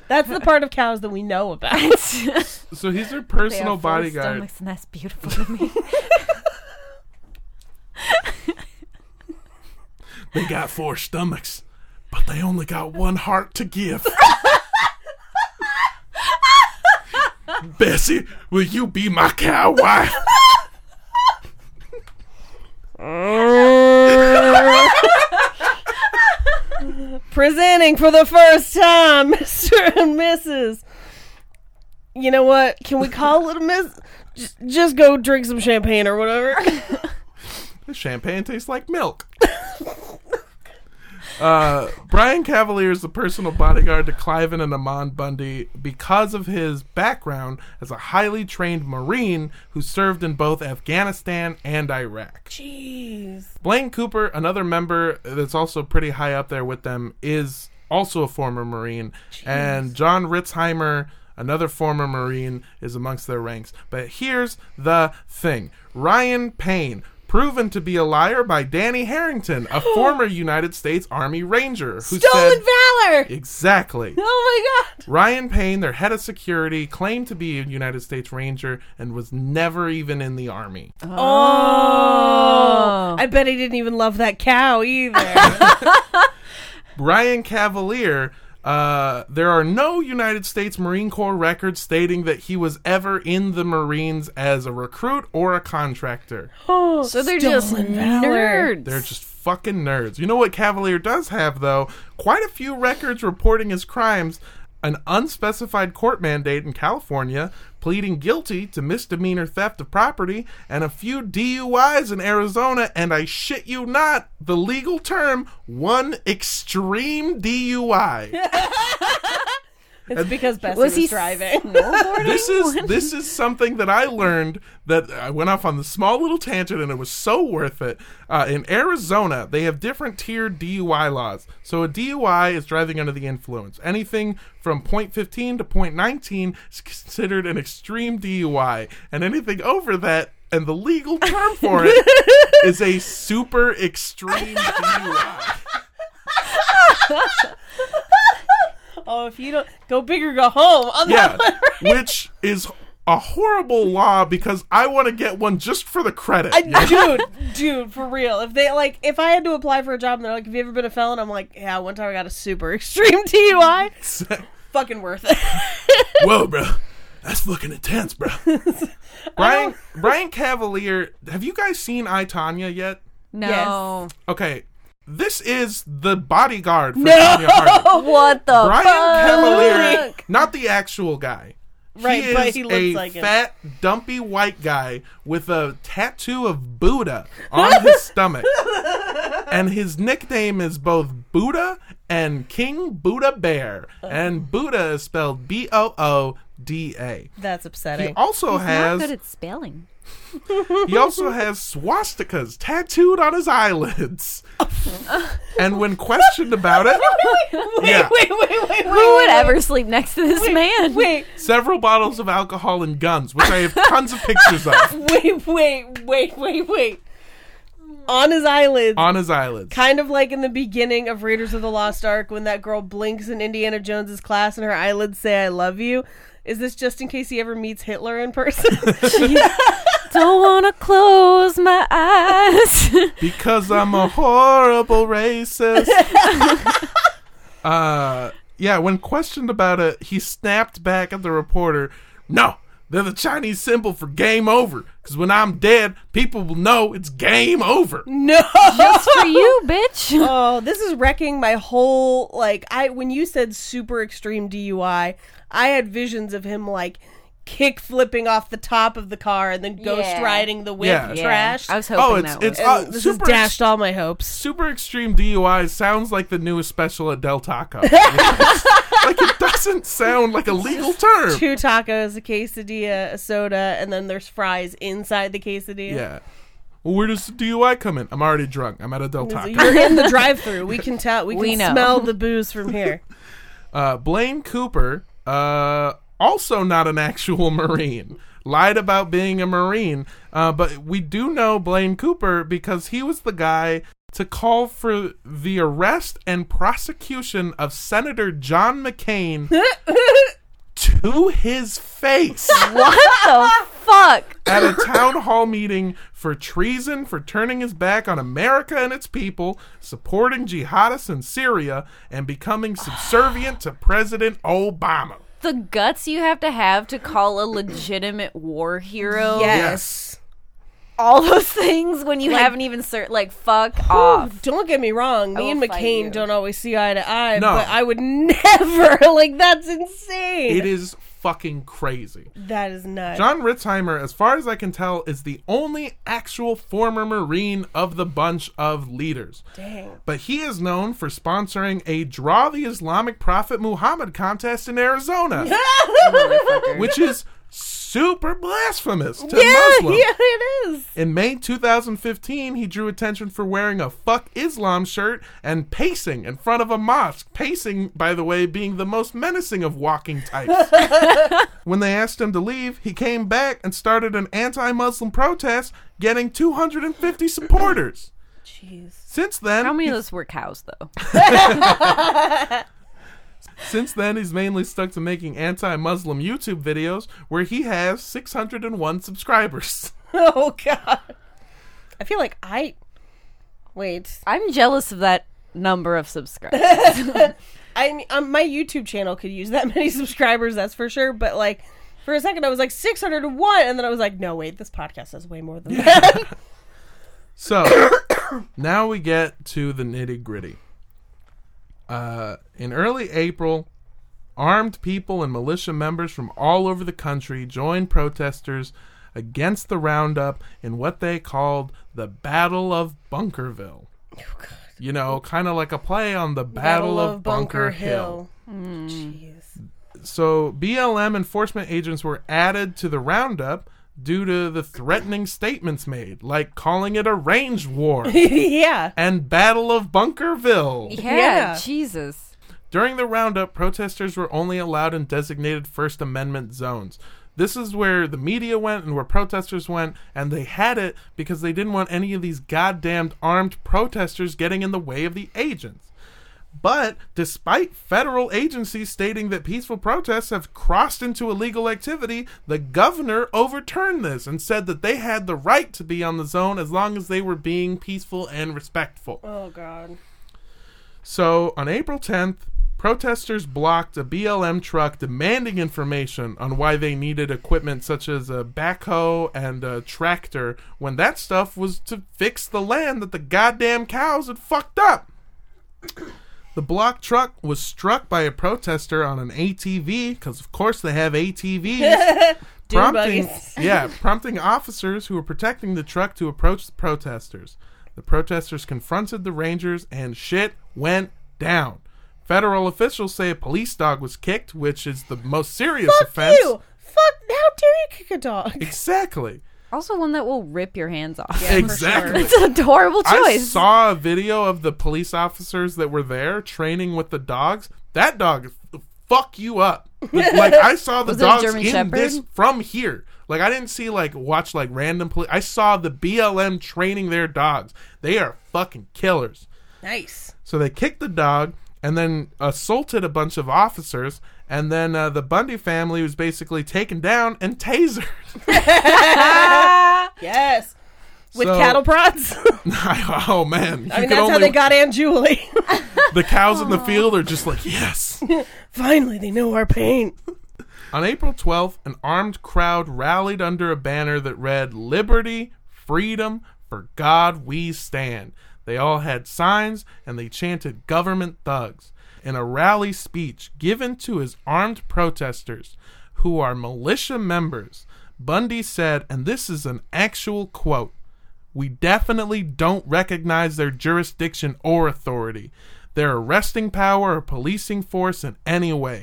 C: That's the part of cows that we know about.
D: So he's their
B: They
D: personal
B: have full
D: bodyguard.
B: stomachs, and that's beautiful to me.
D: They got four stomachs, but they only got one heart to give. Bessie, will you be my cow wife?
C: Uh, Presenting for the first time, Mr. and Mrs. You know what? Can we call little miss? Just, just go drink some champagne or whatever.
D: This champagne tastes like milk. uh, Brian Cavalier is the personal bodyguard to Cliven and Amon Bundy because of his background as a highly trained Marine who served in both Afghanistan and Iraq.
C: Jeez.
D: Blaine Cooper, another member that's also pretty high up there with them, is also a former Marine. And John Ritzheimer, another former Marine, is amongst their ranks. But here's the thing Ryan Payne. Proven to be a liar by Danny Harrington, a former United States Army Ranger,
C: Stolen
D: who said
C: valor.
D: exactly.
C: Oh my god.
D: Ryan Payne, their head of security, claimed to be a United States Ranger and was never even in the army.
C: Oh. I bet he didn't even love that cow either.
D: Ryan Cavalier. Uh, there are no United States Marine Corps records stating that he was ever in the Marines as a recruit or a contractor.
C: oh,
B: So they're just nerds.
D: They're just fucking nerds. You know what Cavalier does have, though? Quite a few records reporting his crimes, an unspecified court mandate in California, pleading guilty to misdemeanor theft of property, and a few DUIs in Arizona, and I shit you not, the legal term, one extreme DUI.
C: It's because Bessie was,
B: Was he
C: driving.
D: this is this is something that I learned that I went off on the small little tangent and it was so worth it. Uh, in Arizona, they have different tiered DUI laws. So a DUI is driving under the influence. Anything from .15 to .19 is considered an extreme DUI, and anything over that and the legal term for it is a super extreme DUI.
C: oh, if you don't go big or go home. I'm not-
D: Yeah, which is a horrible law because I want to get one just for the credit.
C: I,
D: you know?
C: dude, dude, for real. If they like, if I had to apply for a job and they're like, "Have you ever been a felon?" I'm like, "Yeah, one time I got a super extreme DUI. Fucking worth it."
D: Whoa, bro. That's fucking intense, bro. Brian Brian Cavalier, have you guys seen I Tanya yet?
B: No.
D: Okay. This is the bodyguard for
C: No!
D: Tanya Harding.
B: Oh, What the
D: Brian Cavalier,
B: fuck?
D: not the actual guy.
C: Right,
D: he is
C: but he looks
D: a
C: like him.
D: fat, dumpy white guy with a tattoo of Buddha on his stomach, and his nickname is both Buddha and King Buddha Bear, and Buddha is spelled B O O D A.
C: That's
D: He
C: upsetting.
D: also
B: Not
D: has
B: good at spelling.
D: he also has swastikas tattooed on his eyelids. and when questioned about it, yeah,
C: Wait, wait, wait, wait.
B: Who would ever sleep next to this man?
C: Wait,
D: several bottles of alcohol and guns, which I have tons of pictures of
C: wait, wait, wait, wait, wait. On his eyelids.
D: on his eyelids.
C: Kind of like in the beginning of Raiders of the Lost Ark when that girl blinks in Indiana Jones's class and her eyelids say I love you. Is this just in case he ever meets Hitler in person?
B: Don't wanna close my eyes.
D: because I'm a horrible racist. uh, yeah, when questioned about it, he snapped back at the reporter, No, they're the Chinese symbol for game over. Because when I'm dead, people will know it's game over.
C: no.
B: Just for you, bitch.
C: Oh, this is wrecking my whole like I when you said super extreme DUI, I had visions of him like kick flipping off the top of the car and then ghost
B: Yeah.
C: riding the whip
D: Yeah.
C: trash.
B: I was hoping
D: Oh, it's
B: that
D: it's
B: was.
D: uh,
C: this
D: super
C: has dashed all my hopes.
D: super extreme DUI sounds like the newest special at Del Taco. like it doesn't sound like a legal term.
C: Two tacos, a quesadilla, a soda, and then there's fries inside the quesadilla.
D: Yeah. Well, where does the DUI come in? I'm already drunk. I'm at a Del Taco.
C: You're in the drive-through. We can tell. We can
B: We know.
C: smell the booze from here.
D: Uh, Blaine Cooper, uh, also not an actual Marine, lied about being a Marine. Uh, but we do know Blaine Cooper because he was the guy to call for the arrest and prosecution of Senator John McCain to his face.
B: what the fuck?
D: at a town hall meeting for treason for turning his back on America and its people, supporting jihadists in Syria, and becoming subservient to President Obama.
B: The guts you have to have to call a legitimate war hero.
D: Yes.
B: All those things when you haven't even cert like fuck
C: Oh,
B: off.
C: don't get me wrong.
B: will
C: Me and
B: fight
C: McCain
B: you.
C: don't always see eye to eye,
D: No.
C: but I would never. Like that's insane.
D: It is fucking crazy.
C: That is nuts.
D: John Ritzheimer, as far as I can tell, is the only actual former Marine of the bunch of leaders.
C: Dang.
D: But he is known for sponsoring a Draw the Islamic Prophet Muhammad contest in Arizona. which is super blasphemous to
C: yeah,
D: Muslims.
C: yeah, it is.
D: In May 2015, he drew attention for wearing a fuck Islam shirt and pacing in front of a mosque. Pacing, by the way, being the most menacing of walking types. when they asked him to leave, he came back and started an anti Muslim protest, getting 250 supporters.
C: Jeez.
D: Since then,
B: How many
D: he-
B: of those were cows though?
D: Since then, he's mainly stuck to making anti Muslim YouTube videos where he has 601 subscribers.
C: Oh god. I feel like I. Wait.
B: I'm jealous of that number of subscribers.
C: I mean, um, my YouTube channel could use that many subscribers. That's for sure. But like. For a second, I was like 601, and then I was like, no, wait, this podcast has way more than that.
D: So now we get to the nitty gritty. Uh, in early April, armed people and militia members from all over the country joined protesters against the roundup in what they called the Battle of Bunkerville. You know, kind of like a play on the Oh, Battle, of, Bunker, Hill
C: Hmm.
D: Hmm. so BLM enforcement agents were added to the roundup due to the threatening statements made, like calling it a range war
C: yeah.
D: and Battle of Bunkerville.
B: Yeah,
C: Yeah.
B: Jesus.
D: During the roundup, protesters were only allowed in designated First Amendment zones. This is where the media went and where protesters went, and they had it because they didn't want any of these goddamned armed protesters getting in the way of the agents. But despite federal agencies stating that peaceful protests have crossed into illegal activity, the governor overturned this and said that they had the right to be on the zone as long as they were being peaceful and respectful.
C: Oh God.
D: So on April 10th, protesters blocked a BLM truck demanding information on why they needed equipment such as a backhoe and a tractor when that stuff was to fix the land that the goddamn cows had fucked up. The blocked truck was struck by a protester on an ATV because, of course, they have ATVs. prompting,
C: buggies.
D: yeah, prompting officers who were protecting the truck to approach the protesters. The protesters confronted the rangers, and shit went down. Federal officials say a police dog was kicked, which is the most serious
C: Fuck
D: offense.
C: you. Fuck. How dare you kick a dog?
D: Exactly.
B: Also, one that will rip your hands off.
D: exactly.
B: It's an adorable
D: I
B: choice.
D: saw a video of the police officers that were there training with the dogs. That dog f- fuck you up. Like, like, I saw the
B: Was it a
D: dogs
B: German
D: in
B: Shepherd?
D: this from here. Like I didn't see like watch like random police. I saw the BLM training their dogs. They are fucking killers.
C: Nice.
D: So they kicked the dog and then assaulted a bunch of officers. And then uh, the Bundy family was basically taken down and tasered.
C: Yes. With
D: So-
C: cattle prods.
D: oh man!
C: I mean, that's how they got Aunt Julie.
D: the cows in the field are just like yes.
C: Finally, they know our pain.
D: On April 12th, an armed crowd rallied under a banner that read Liberty, Freedom, for God we stand. They all had signs and they chanted government thugs in a rally speech given to his armed protesters, who are militia members. Bundy said, and this is an actual quote we definitely don't recognize their jurisdiction or authority, their arresting power or policing force in any way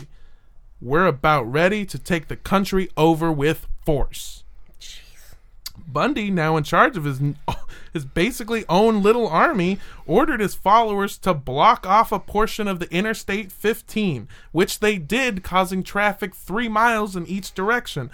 D: we're about ready to take the country over with force. Bundy, now in charge of his his basically own little army, ordered his followers to block off a portion of the Interstate 15, which they did, causing traffic three miles in each direction.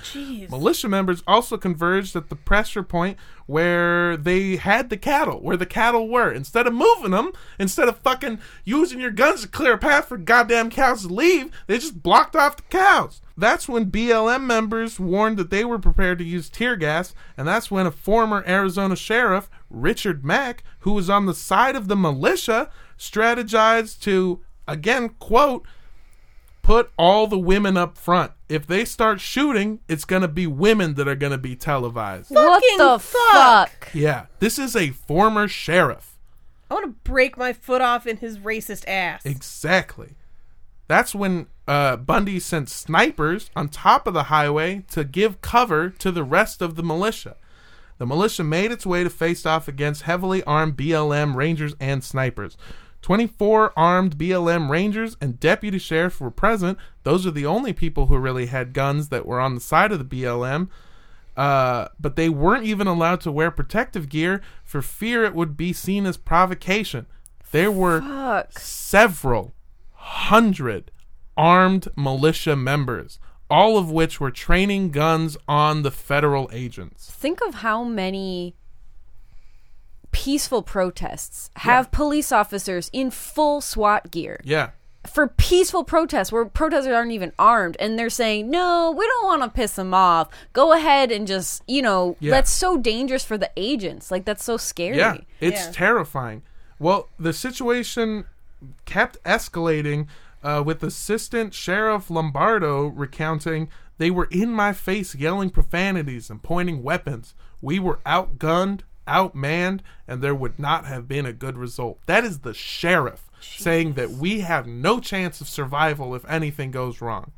D: Militia members also converged at the pressure point where they had the cattle, where the cattle were. Instead of moving them, instead of fucking using your guns to clear a path for goddamn cows to leave, they just blocked off the cows. That's when BLM members warned that they were prepared to use tear gas, and that's when a former Arizona sheriff, Richard Mack, who was on the side of the militia, strategized to, again, quote, put all the women up front. If they start shooting, it's going to be women that are going to be televised.
B: what
C: Fucking
B: the
C: fuck.
B: fuck?
D: Yeah, this is a former sheriff.
C: I want to break my foot off in his racist ass.
D: Exactly. That's when uh, Bundy sent snipers on top of the highway to give cover to the rest of the militia. The militia made its way to face off against heavily armed BLM Rangers and snipers. 24 armed BLM Rangers and deputy sheriff were present. Those are the only people who really had guns that were on the side of the BLM. Uh, but they weren't even allowed to wear protective gear for fear it would be seen as provocation. There were
B: Fuck.
D: several hundred armed militia members, all of which were training guns on the federal agents.
B: Think of how many peaceful protests have police officers in full SWAT gear
D: Yeah.
B: for peaceful protests where protesters aren't even armed and they're saying, no, we don't want to piss them off. Go ahead and just, you know,
D: Yeah.
B: that's so dangerous for the agents. Like, that's so scary.
D: Yeah, it's
C: Yeah.
D: terrifying. Well, the situation kept escalating uh, with Assistant Sheriff Lombardo recounting they were in my face yelling profanities and pointing weapons. We were outgunned, outmanned, and there would not have been a good result. That is the sheriff saying that we have no chance of survival if anything goes wrong.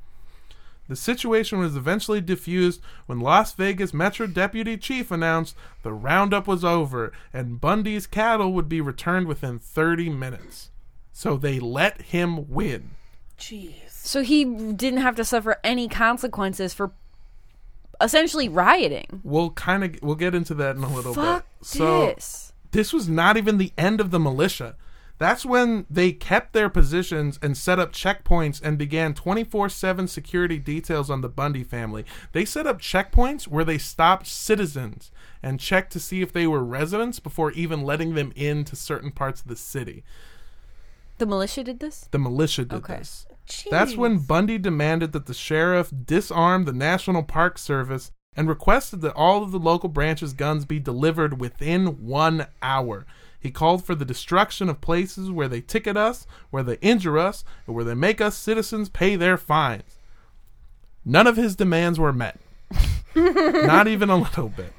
D: The situation was eventually diffused when Las Vegas Metro Deputy Chief announced the roundup was over and Bundy's cattle would be returned within 30 minutes. So they let him win.
C: Jeez.
B: So he didn't have to suffer any consequences for essentially rioting.
D: We'll kind of we'll get into that in a little
B: Fuck
D: bit. So
B: this.
D: this was not even the end of the militia. That's when they kept their positions and set up checkpoints and began 24 7 security details on the Bundy family. They set up checkpoints where they stopped citizens and checked to see if they were residents before even letting them into certain parts of the city.
B: The militia did this?
D: The militia did
B: Okay.
D: this. That's when Bundy demanded that the sheriff disarm the National Park Service and requested that all of the local branches' guns be delivered within one hour. He called for the destruction of places where they ticket us, where they injure us, and where they make us citizens pay their fines. None of his demands were met. Not even a little bit.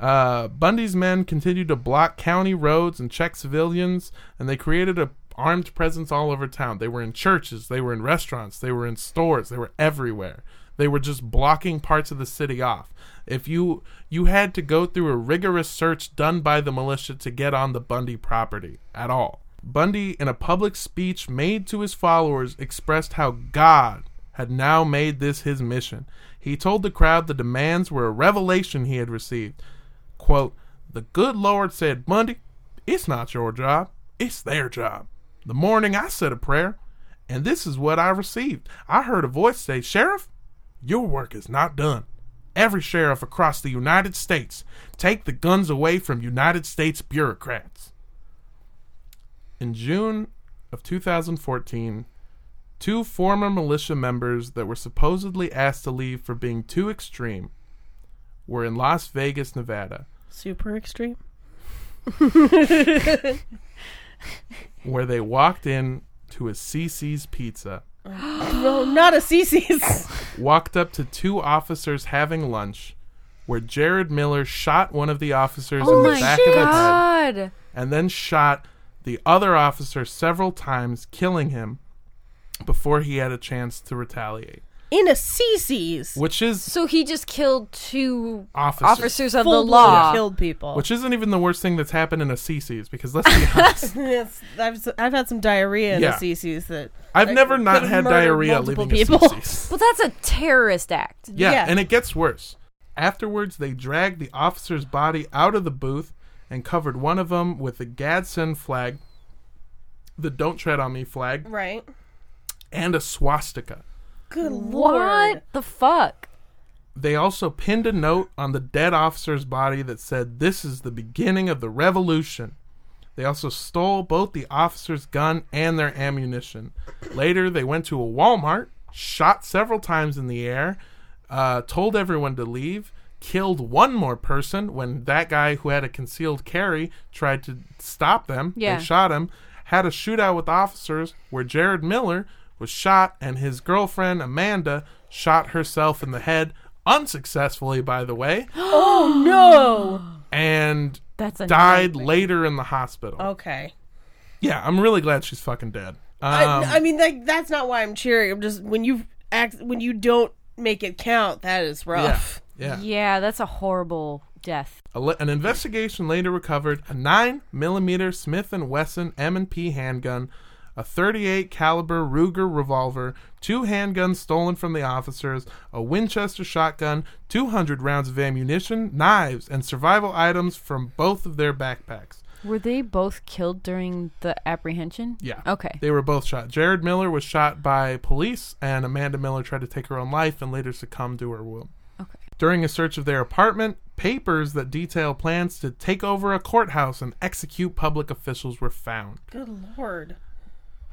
D: Uh, Bundy's men continued to block county roads and check civilians, and they created a armed presence all over town. They were in churches, they were in restaurants, they were in stores, they were everywhere. They were just blocking parts of the city off. If you you had to go through a rigorous search done by the militia to get on the Bundy property at all. Bundy, in a public speech made to his followers, expressed how God had now made this his mission. He told the crowd the demands were a revelation he had received quote, the good Lord said, Bundy, it's not your job, it's their job. The morning I said a prayer, and this is what I received. I heard a voice say, Sheriff, your work is not done. Every sheriff across the United States, take the guns away from United States bureaucrats. In June of 2014, two former militia members that were supposedly asked to leave for being too extreme were in Las Vegas, Nevada.
C: super extreme.
D: where they walked in to a CC's Pizza,
C: No, not a CC's.
D: walked up to two officers having lunch, where Jared Miller shot one of the officers
C: Oh
D: in the back of the head
B: Oh God.
D: and then shot the other officer several times, killing him before he had a chance to retaliate.
C: In a CC's.
D: Which is
B: So he just killed two
D: officers.
B: officers of the
C: Full-blown
B: law.
C: Killed people.
D: Which isn't even the worst thing that's happened in a CC's because let's be honest,
C: Yes, I've, I've had some diarrhea in
D: Yeah.
C: the CC's that.
D: I've
C: that
D: never not
C: could've
D: had
C: murdered
D: diarrhea
C: multiple
D: leaving
C: people.
D: a CC's.
B: Well, that's a terrorist act.
D: Yeah,
C: Yeah.
D: and it gets worse. Afterwards, they dragged the officer's body out of the booth and covered one of them with the Gadsden flag, the Don't Tread on Me flag,
C: Right.
D: and a swastika.
C: Good lord.
B: What the fuck?
D: They also pinned a note on the dead officer's body that said, This is the beginning of the revolution. They also stole both the officer's gun and their ammunition. Later, they went to a Walmart, shot several times in the air, uh, told everyone to leave, killed one more person when that guy who had a concealed carry tried to stop them.
B: Yeah.
D: They shot him, had a shootout with officers where Jared Miller was shot and his girlfriend, Amanda, shot herself in the head, unsuccessfully, by the way,
C: No.
D: and
B: Oh, That's a
D: died
B: nightmare.
D: later in the hospital.
C: Okay.
D: Yeah, I'm really glad she's fucking dead. Um,
C: I, I mean, like that's not why I'm cheering. I'm just when you act when you don't make it count, that is
D: yeah,
C: rough.
D: yeah.
B: Yeah, that's a horrible death.
D: A le- An investigation later recovered a 9 millimeter Smith & Wesson M&P handgun, a 38 caliber Ruger revolver, two handguns stolen from the officers, a Winchester shotgun, 200 rounds of ammunition, knives, and survival items from both of their backpacks.
B: Were they both killed during the apprehension?
D: Yeah.
B: Okay.
D: They were both shot. Jared Miller was shot by police, and Amanda Miller tried to take her own life and later succumbed to her wound.
B: Okay.
D: During a search of their apartment, papers that detail plans to take over a courthouse and execute public officials were found.
C: Good lord.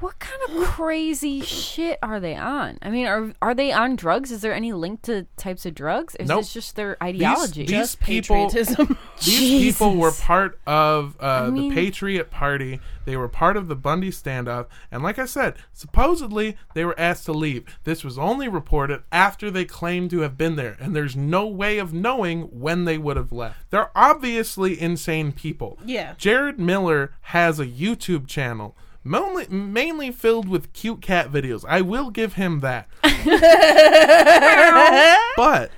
B: What kind of crazy shit are they on? I mean, are are they on drugs? Is there any link to types of drugs? Or is
D: Nope.
B: this just their ideology?
D: these-
C: Just
D: people-
C: patriotism.
D: These
B: Jesus.
D: people were part of uh,
B: mean-
D: the Patriot Party. They were part of the Bundy standoff. And like I said, supposedly they were asked to leave. This was only reported after they claimed to have been there. And there's no way of knowing when they would have left. They're obviously insane people.
C: Yeah.
D: Jared Miller has a YouTube channel. Mainly, mainly filled with cute cat videos. I will give him that. but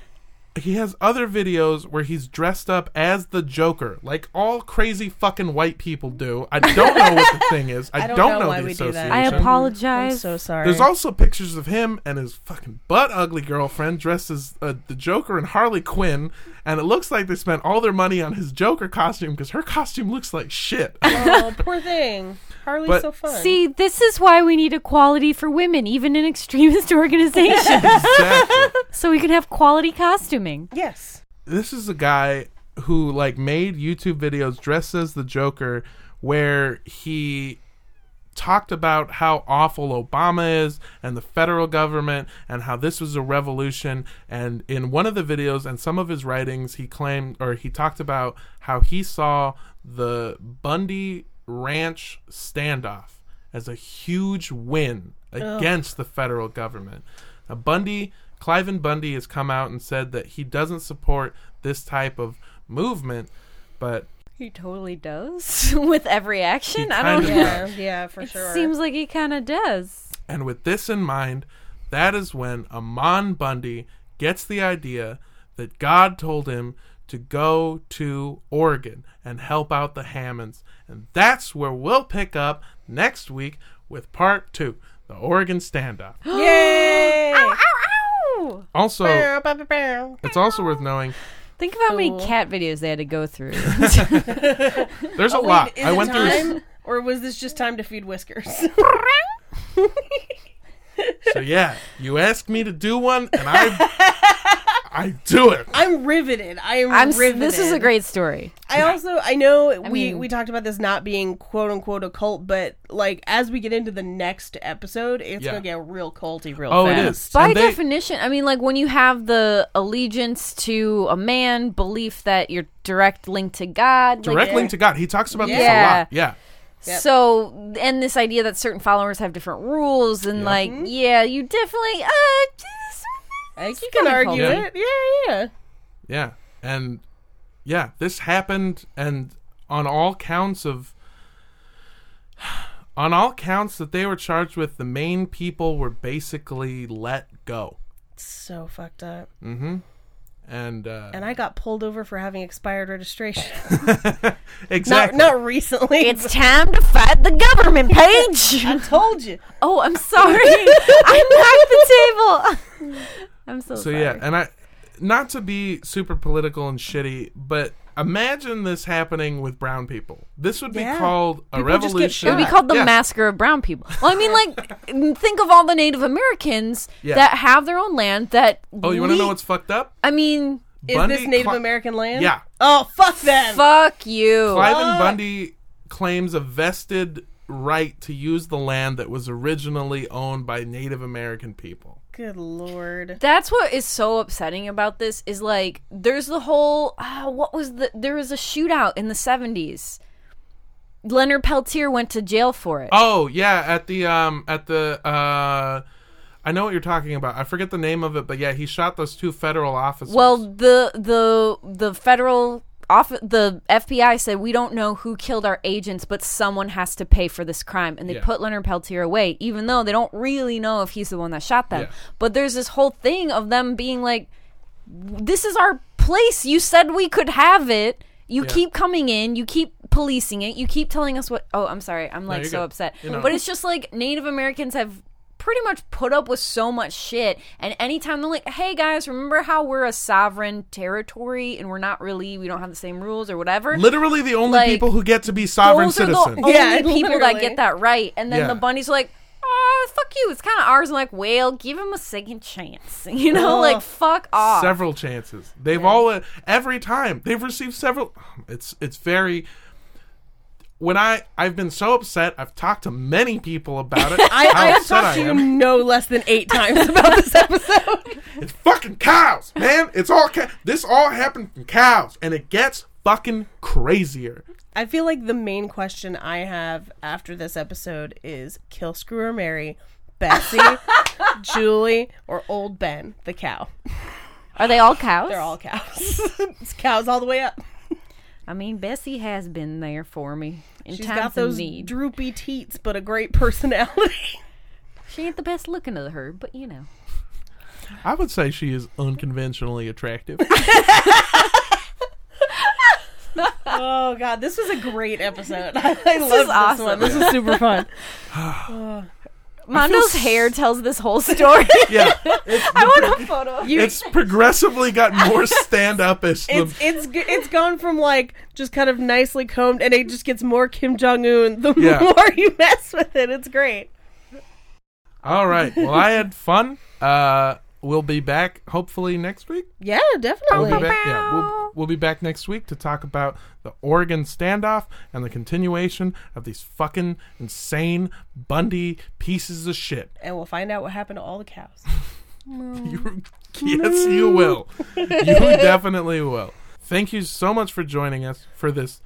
D: he has other videos where he's dressed up as the Joker, like all crazy fucking white people do. I don't know what the thing is. I, don't, know,
C: why
D: the
C: we do that.
D: association.
B: I
C: I'm
B: apologize.
C: so sorry.
D: There's also pictures of him and his fucking butt ugly girlfriend dressed as uh, the Joker and Harley Quinn, and it looks like they spent all their money on his Joker costume because her costume looks like shit.
C: oh, poor thing. Harley's
D: But-
C: so fun.
B: See, this is why we need equality for women, even in extremist organizations,
D: exactly.
B: so we can have quality costuming.
C: yes.
D: this is a guy who like made YouTube videos dressed as the Joker where he talked about how awful Obama is and the federal government and how this was a revolution. And in one of the videos and some of his writings, he claimed or he talked about how he saw the Bundy Ranch standoff as a huge win against the federal government. Now, Bundy, Cliven Bundy, has come out and said that he doesn't support this type of movement, but
B: He totally does with every action.
D: He
B: I don't
D: kinda
B: know.
D: Yeah,
C: yeah, for
B: It seems like he kind of does.
D: And with this in mind, that is when Amon Bundy gets the idea that God told him to go to Oregon and help out the Hammonds. And that's where we'll pick up next week with part two the Oregon standoff.
C: Yay!
B: Ow!
D: Also,
C: Bow, bow, bow, bow.
D: it's also worth knowing
B: Think of how many
C: Cool.
B: cat videos they had to go through.
D: there's a
C: Wait,
D: lot.
C: is
D: I
C: it
D: went through.
C: time, or was this just time to feed whiskers?
D: So, yeah, you ask me to do one, and I. I do it.
C: I'm riveted. I am
B: I'm. s-
C: riveted.
B: This is a great story.
C: I also I know we
B: mean-
C: we talked about this not being quote unquote a cult, but like as we get into the next episode, it's
D: Yeah.
C: gonna get real culty real
D: Oh,
C: fast.
D: it is.
B: By
D: And they-
B: definition, I mean like when you have the allegiance to a man, belief that you're direct linked to God, like, eh.
D: direct link to God. He talks about this a
B: Yeah.
D: lot. Yeah.
B: So, and this idea that certain followers have different rules, and like,
C: Mm-hmm.
B: yeah, you definitely, uh, just-
C: Like, you
B: it's
C: can
B: kinda
C: argue
B: culty.
D: Yeah.
C: it. Yeah, yeah.
D: Yeah. And yeah, this happened and on all counts of on all counts that they were charged with, the main people were basically let go.
C: So fucked up.
D: And uh
C: And I got pulled over for having expired registration. not
D: exactly
C: not recently.
B: It's time to fight the government, Paige.
C: I told you.
B: oh, I'm sorry, I knocked the table. I'm so,
D: So
B: sorry.
D: yeah, and I not to be super political and shitty, but imagine this happening with brown people. This would be
C: Yeah.
D: called
C: People
D: a
C: just get
D: revolution.
B: It would be
C: Yeah.
B: called the
D: Yes.
B: massacre of brown people. Well, I mean, like, think of all the Native Americans
D: Yeah.
B: that have their own land. That
D: Oh, you want to
B: le-
D: know what's fucked up?
B: I mean,
C: Is this Native
D: Cli-
C: American land?
D: Yeah.
C: Oh fuck them.
B: fuck you.
D: Cliven Bundy claims a vested right to use the land that was originally owned by Native American people.
C: Good lord.
B: That's what is so upsetting about this is like there's the whole ah, what was the there was a shootout in the 70s. Leonard Peltier went to jail for it.
D: Oh yeah, at the um at the uh I know what you're talking about. I forget the name of it, but yeah, he shot those two federal officers.
B: well, the the the federal off the FBI said we don't know who killed our agents, but someone has to pay for this crime, and they
D: Yeah.
B: put Leonard Peltier away, even though they don't really know if he's the one that shot them.
D: Yeah.
B: But there's this whole thing of them being like, "This is our place. You said we could have it. You
D: Yeah.
B: keep coming in. You keep." policing it you keep telling us what oh i'm sorry i'm like
D: you're
B: so
D: good.
B: upset
D: You know.
B: but it's just like native americans have pretty much put up with so much shit and anytime they're like hey guys remember how we're a sovereign territory and we're not really we don't have the same rules or whatever
D: literally the only
B: like,
D: people who get to be sovereign
B: those are the
D: citizens.
B: only
C: Yeah,
B: people that
C: literally.
B: get that right and then
D: Yeah.
B: the bunnies are like oh fuck you it's kind of ours and like well give him a second chance you know like fuck off
D: Several chances. They've all uh, every time they've received several. It's it's very. When I I've been so upset, I've talked to many people about it.
C: I, I
D: how
C: have
D: upset
C: talked to
D: I
C: you
D: am.
C: no less than eight times about this episode.
D: It's fucking cows, man. It's all ca- this all happened from cows, and it gets fucking crazier.
C: I feel like the main question I have after this episode is kill, screw, or marry Betsy, Julie, or old Ben, the cow.
B: are they all cows
C: They're all cows. it's cows all the way up.
B: i mean bessie has been there for me in
C: She's
B: times
C: got those
B: of need
C: droopy teats, but a great personality.
B: she ain't the best looking of the herd but you know
D: I would say she is unconventionally attractive.
C: oh god, this was a great episode. I, I love this
B: awesome.
C: one. This was super fun.
B: Mondo's hair tells this whole story.
D: yeah, it's,
B: I want a photo.
C: You,
D: it's progressively gotten more stand up as
C: It's
D: the
C: it's g- it's gone from like just kind of nicely combed, and it just gets more Kim Jong Un the
D: Yeah.
C: more you mess with it. It's great.
D: All right. Well, I had fun. Uh, we'll be back hopefully next week.
C: Yeah,
D: We'll
C: definitely.
D: be back. Yeah, we'll, we'll be back next week to talk about the Oregon standoff and the continuation of these fucking insane Bundy pieces of shit.
C: And we'll find out what happened to all the cows.
D: You, yes, you will. You definitely will. Thank you so much for joining us for this.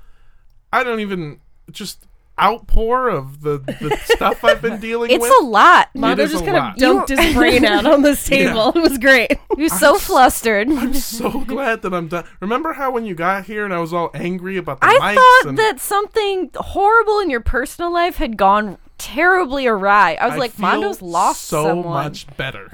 D: I don't even just outpour of the, the stuff I've been dealing
B: It's
D: with.
B: a lot.
D: It
C: Mother
D: is
C: just
D: a
C: kind
D: lot.
C: of dumped his brain out on this table. It was great.
B: You're so flustered.
D: I'm so glad that I'm done. Remember how when you got here and I was all angry about the mics
B: I thought
D: and
B: that something horrible in your personal life had gone terribly awry. I was
D: I
B: like,
D: feel
B: Mondo's lost
D: so
B: someone.
D: much better.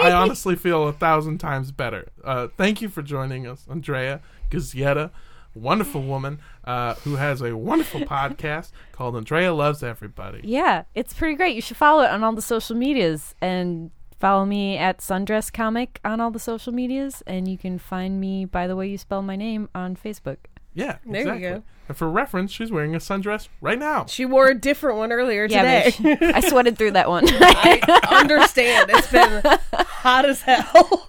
D: I honestly feel a thousand times better. Uh, thank you for joining us, Andrea Gazietta, wonderful woman uh, who has a wonderful podcast called Andrea Loves Everybody.
B: Yeah, it's pretty great. You should follow it on all the social medias and follow me at Sundress Comic on all the social medias. And you can find me by the way you spell my name on Facebook.
D: Yeah,
C: There you
D: exactly.
C: go.
D: And for reference, she's wearing a sundress right now.
C: She wore a different one earlier
B: Yeah,
C: today.
B: bitch. I sweated through that one.
C: I understand. It's been hot as hell.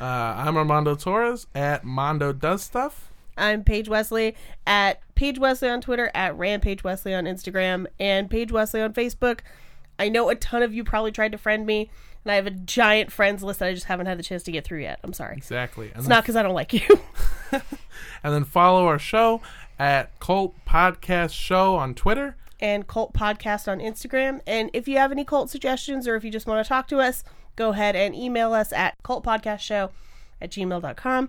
D: Uh, I'm Armando Torres at Mondo Does Stuff.
C: I'm Paige Wesley at Paige Wesley on Twitter, at Rampage Wesley on Instagram, and Paige Wesley on Facebook. I know a ton of you probably tried to friend me, and I have a giant friends list that I just haven't had the chance to get through yet. I'm sorry. It's
D: Exactly.
C: not
D: And, then,
C: because I don't like you.
D: and then follow our show at Cult Podcast Show on Twitter.
C: and Cult Podcast on Instagram. And if you have any cult suggestions or if you just want to talk to us, go ahead and email us at cultpodcastshow at gmail.com.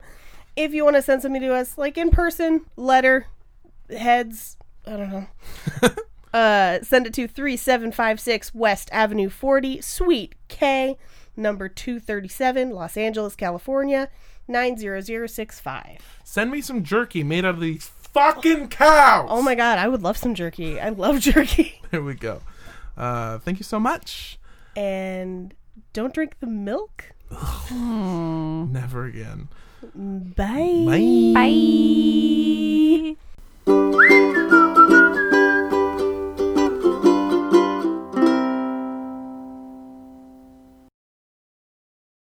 C: If you want to send something to us, like in person, letter, heads, I don't know. uh, send it to 3756 West Avenue 40, Suite K, number 237, Los Angeles, California, 90065.
D: Send me some jerky made out of these fucking cows.
C: Oh my God, I would love some jerky. I love jerky.
D: There we go. Uh, thank you so much.
C: And don't drink the milk.
D: Never again.
C: Bye.
D: Bye.
B: Bye.